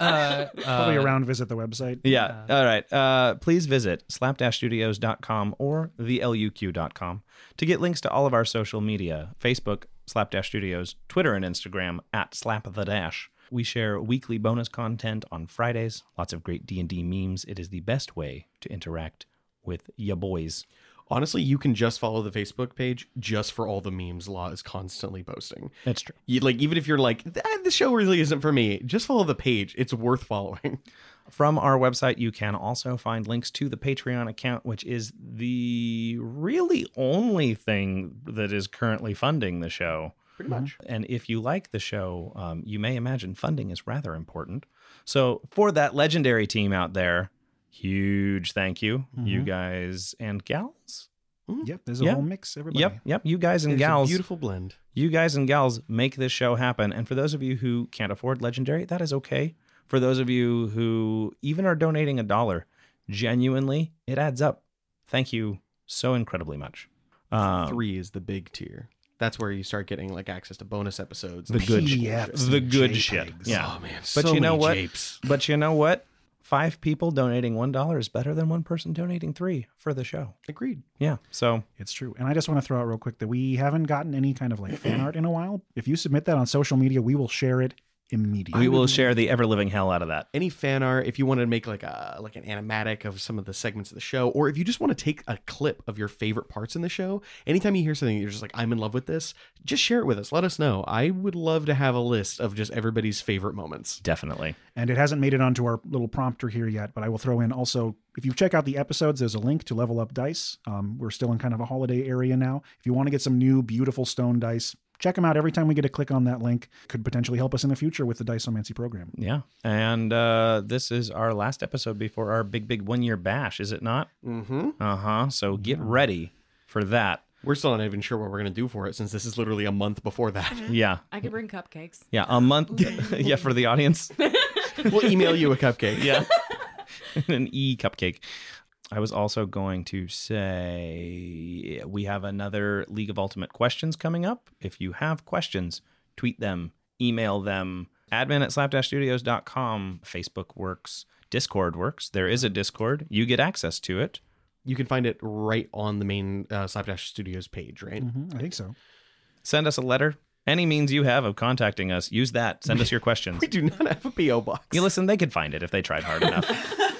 uh,
around visit the website.
Yeah. All right. Uh, please visit slapdashstudios.com or theluq.com to get links to all of our social media Facebook, Slapdash Studios, Twitter, and Instagram at slapthedash. We share weekly bonus content on Fridays, lots of great D&D memes. It is the best way to interact with ya boys.
Honestly, you can just follow the Facebook page just for all the memes Law is constantly posting.
That's true.
You, like even if you're like, "Ah, this show really isn't for me, just follow the page. It's worth following.
From our website, you can also find links to the Patreon account, which is the really only thing that is currently funding the show. Mm-hmm.
Pretty much.
And if you like the show, um, you may imagine funding is rather important. So, for that legendary team out there, huge thank you,
Mm-hmm.
you
Mhm.
guys and gals.
Yep, there's a
Yeah.
whole mix, everybody.
Yep, yep. You guys and
There's a
gals.
beautiful blend.
You guys and gals make this show happen. And for those of you who can't afford Legendary, that is okay. For those of you who even are donating a dollar, genuinely, it adds up. Thank you so incredibly much. Um,
Three is the big tier. That's where you start getting like access to bonus episodes.
the
and
good shit.
bullshit.
E The
E
good shit. Yeah.
Oh man.
But
so
you know
many
what?
japes.
But you know what? Five people donating one dollar is better than one person donating three for the show.
Agreed.
Yeah. So
It's true. And I just want to throw out real quick that we haven't gotten any kind of like fan art in a while. If you submit that on social media, we will share it immediately.
We will share the ever living hell out of that.
Any fan art, if you wanted to make like a like an animatic of some of the segments of the show, or if you just want to take a clip of your favorite parts in the show, anytime you hear something you're just like, I'm in love with this, just share it with us. Let us know. I would love to have a list of just everybody's favorite moments.
Definitely.
And it hasn't made it onto our little prompter here yet, but I will throw in also if you check out the episodes, there's a link to level up dice. Um, we're still in kind of a holiday area now. If you want to get some new beautiful stone dice, check them out every time we get a click on that link. Could potentially help us in the future with the Diceomancy program.
Yeah. And uh, this is our last episode before our big, big one year bash, is it not?
Mm-hmm.
Uh huh. So get ready for that.
We're still not even sure what we're going to do for it since this is literally a month before that.
Yeah.
I could bring cupcakes.
Yeah. A month. yeah. For the audience.
we'll email you a cupcake.
Yeah. An e cupcake. I was also going to say we have another League of Ultimate questions coming up. If you have questions, tweet them, email them. Admin at slapdashstudios.com. Facebook works, Discord works. There is a Discord. You get access to it.
You can find it right on the main uh, Slapdash Studios page, right?
Mm-hmm. I think so.
Send us a letter. Any means you have of contacting us, use that. Send us your questions.
We do not have a PO box.
You listen, they could find it if they tried hard enough.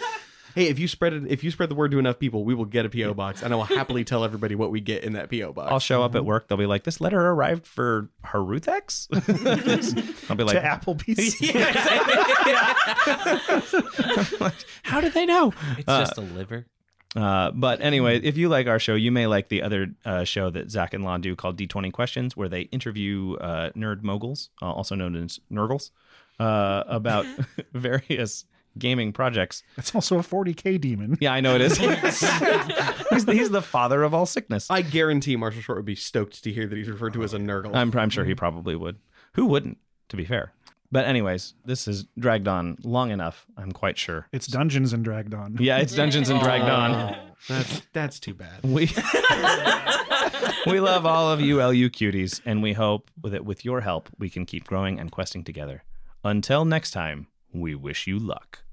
Hey, if you spread it, if you spread the word to enough people, we will get a PO box, and I will happily tell everybody what we get in that PO box.
I'll show
Mm-hmm.
up at work. They'll be like, "This letter arrived for Haruthex." I'll be like,
to Applebee's.
How do they know?
It's
Uh,
just a liver.
Uh, but anyway, if you like our show, you may like the other uh, show that Zach and Lon do called D20 Questions, where they interview uh, nerd moguls, uh, also known as Nurgles, uh, about various gaming projects.
That's also a 40K demon.
Yeah, I know it is. he's, the, he's the father of all sickness.
I guarantee Marshall Short would be stoked to hear that he's referred to as a nurgle.
I'm, I'm sure he probably would. Who wouldn't, to be fair? But, anyways, this has dragged on long enough, I'm quite sure.
It's Dungeons and Dragged On.
Yeah, it's Dungeons and Dragged On.
That's that's too bad.
We we love all of you LU cuties, and we hope that with your help we can keep growing and questing together. Until next time, we wish you luck.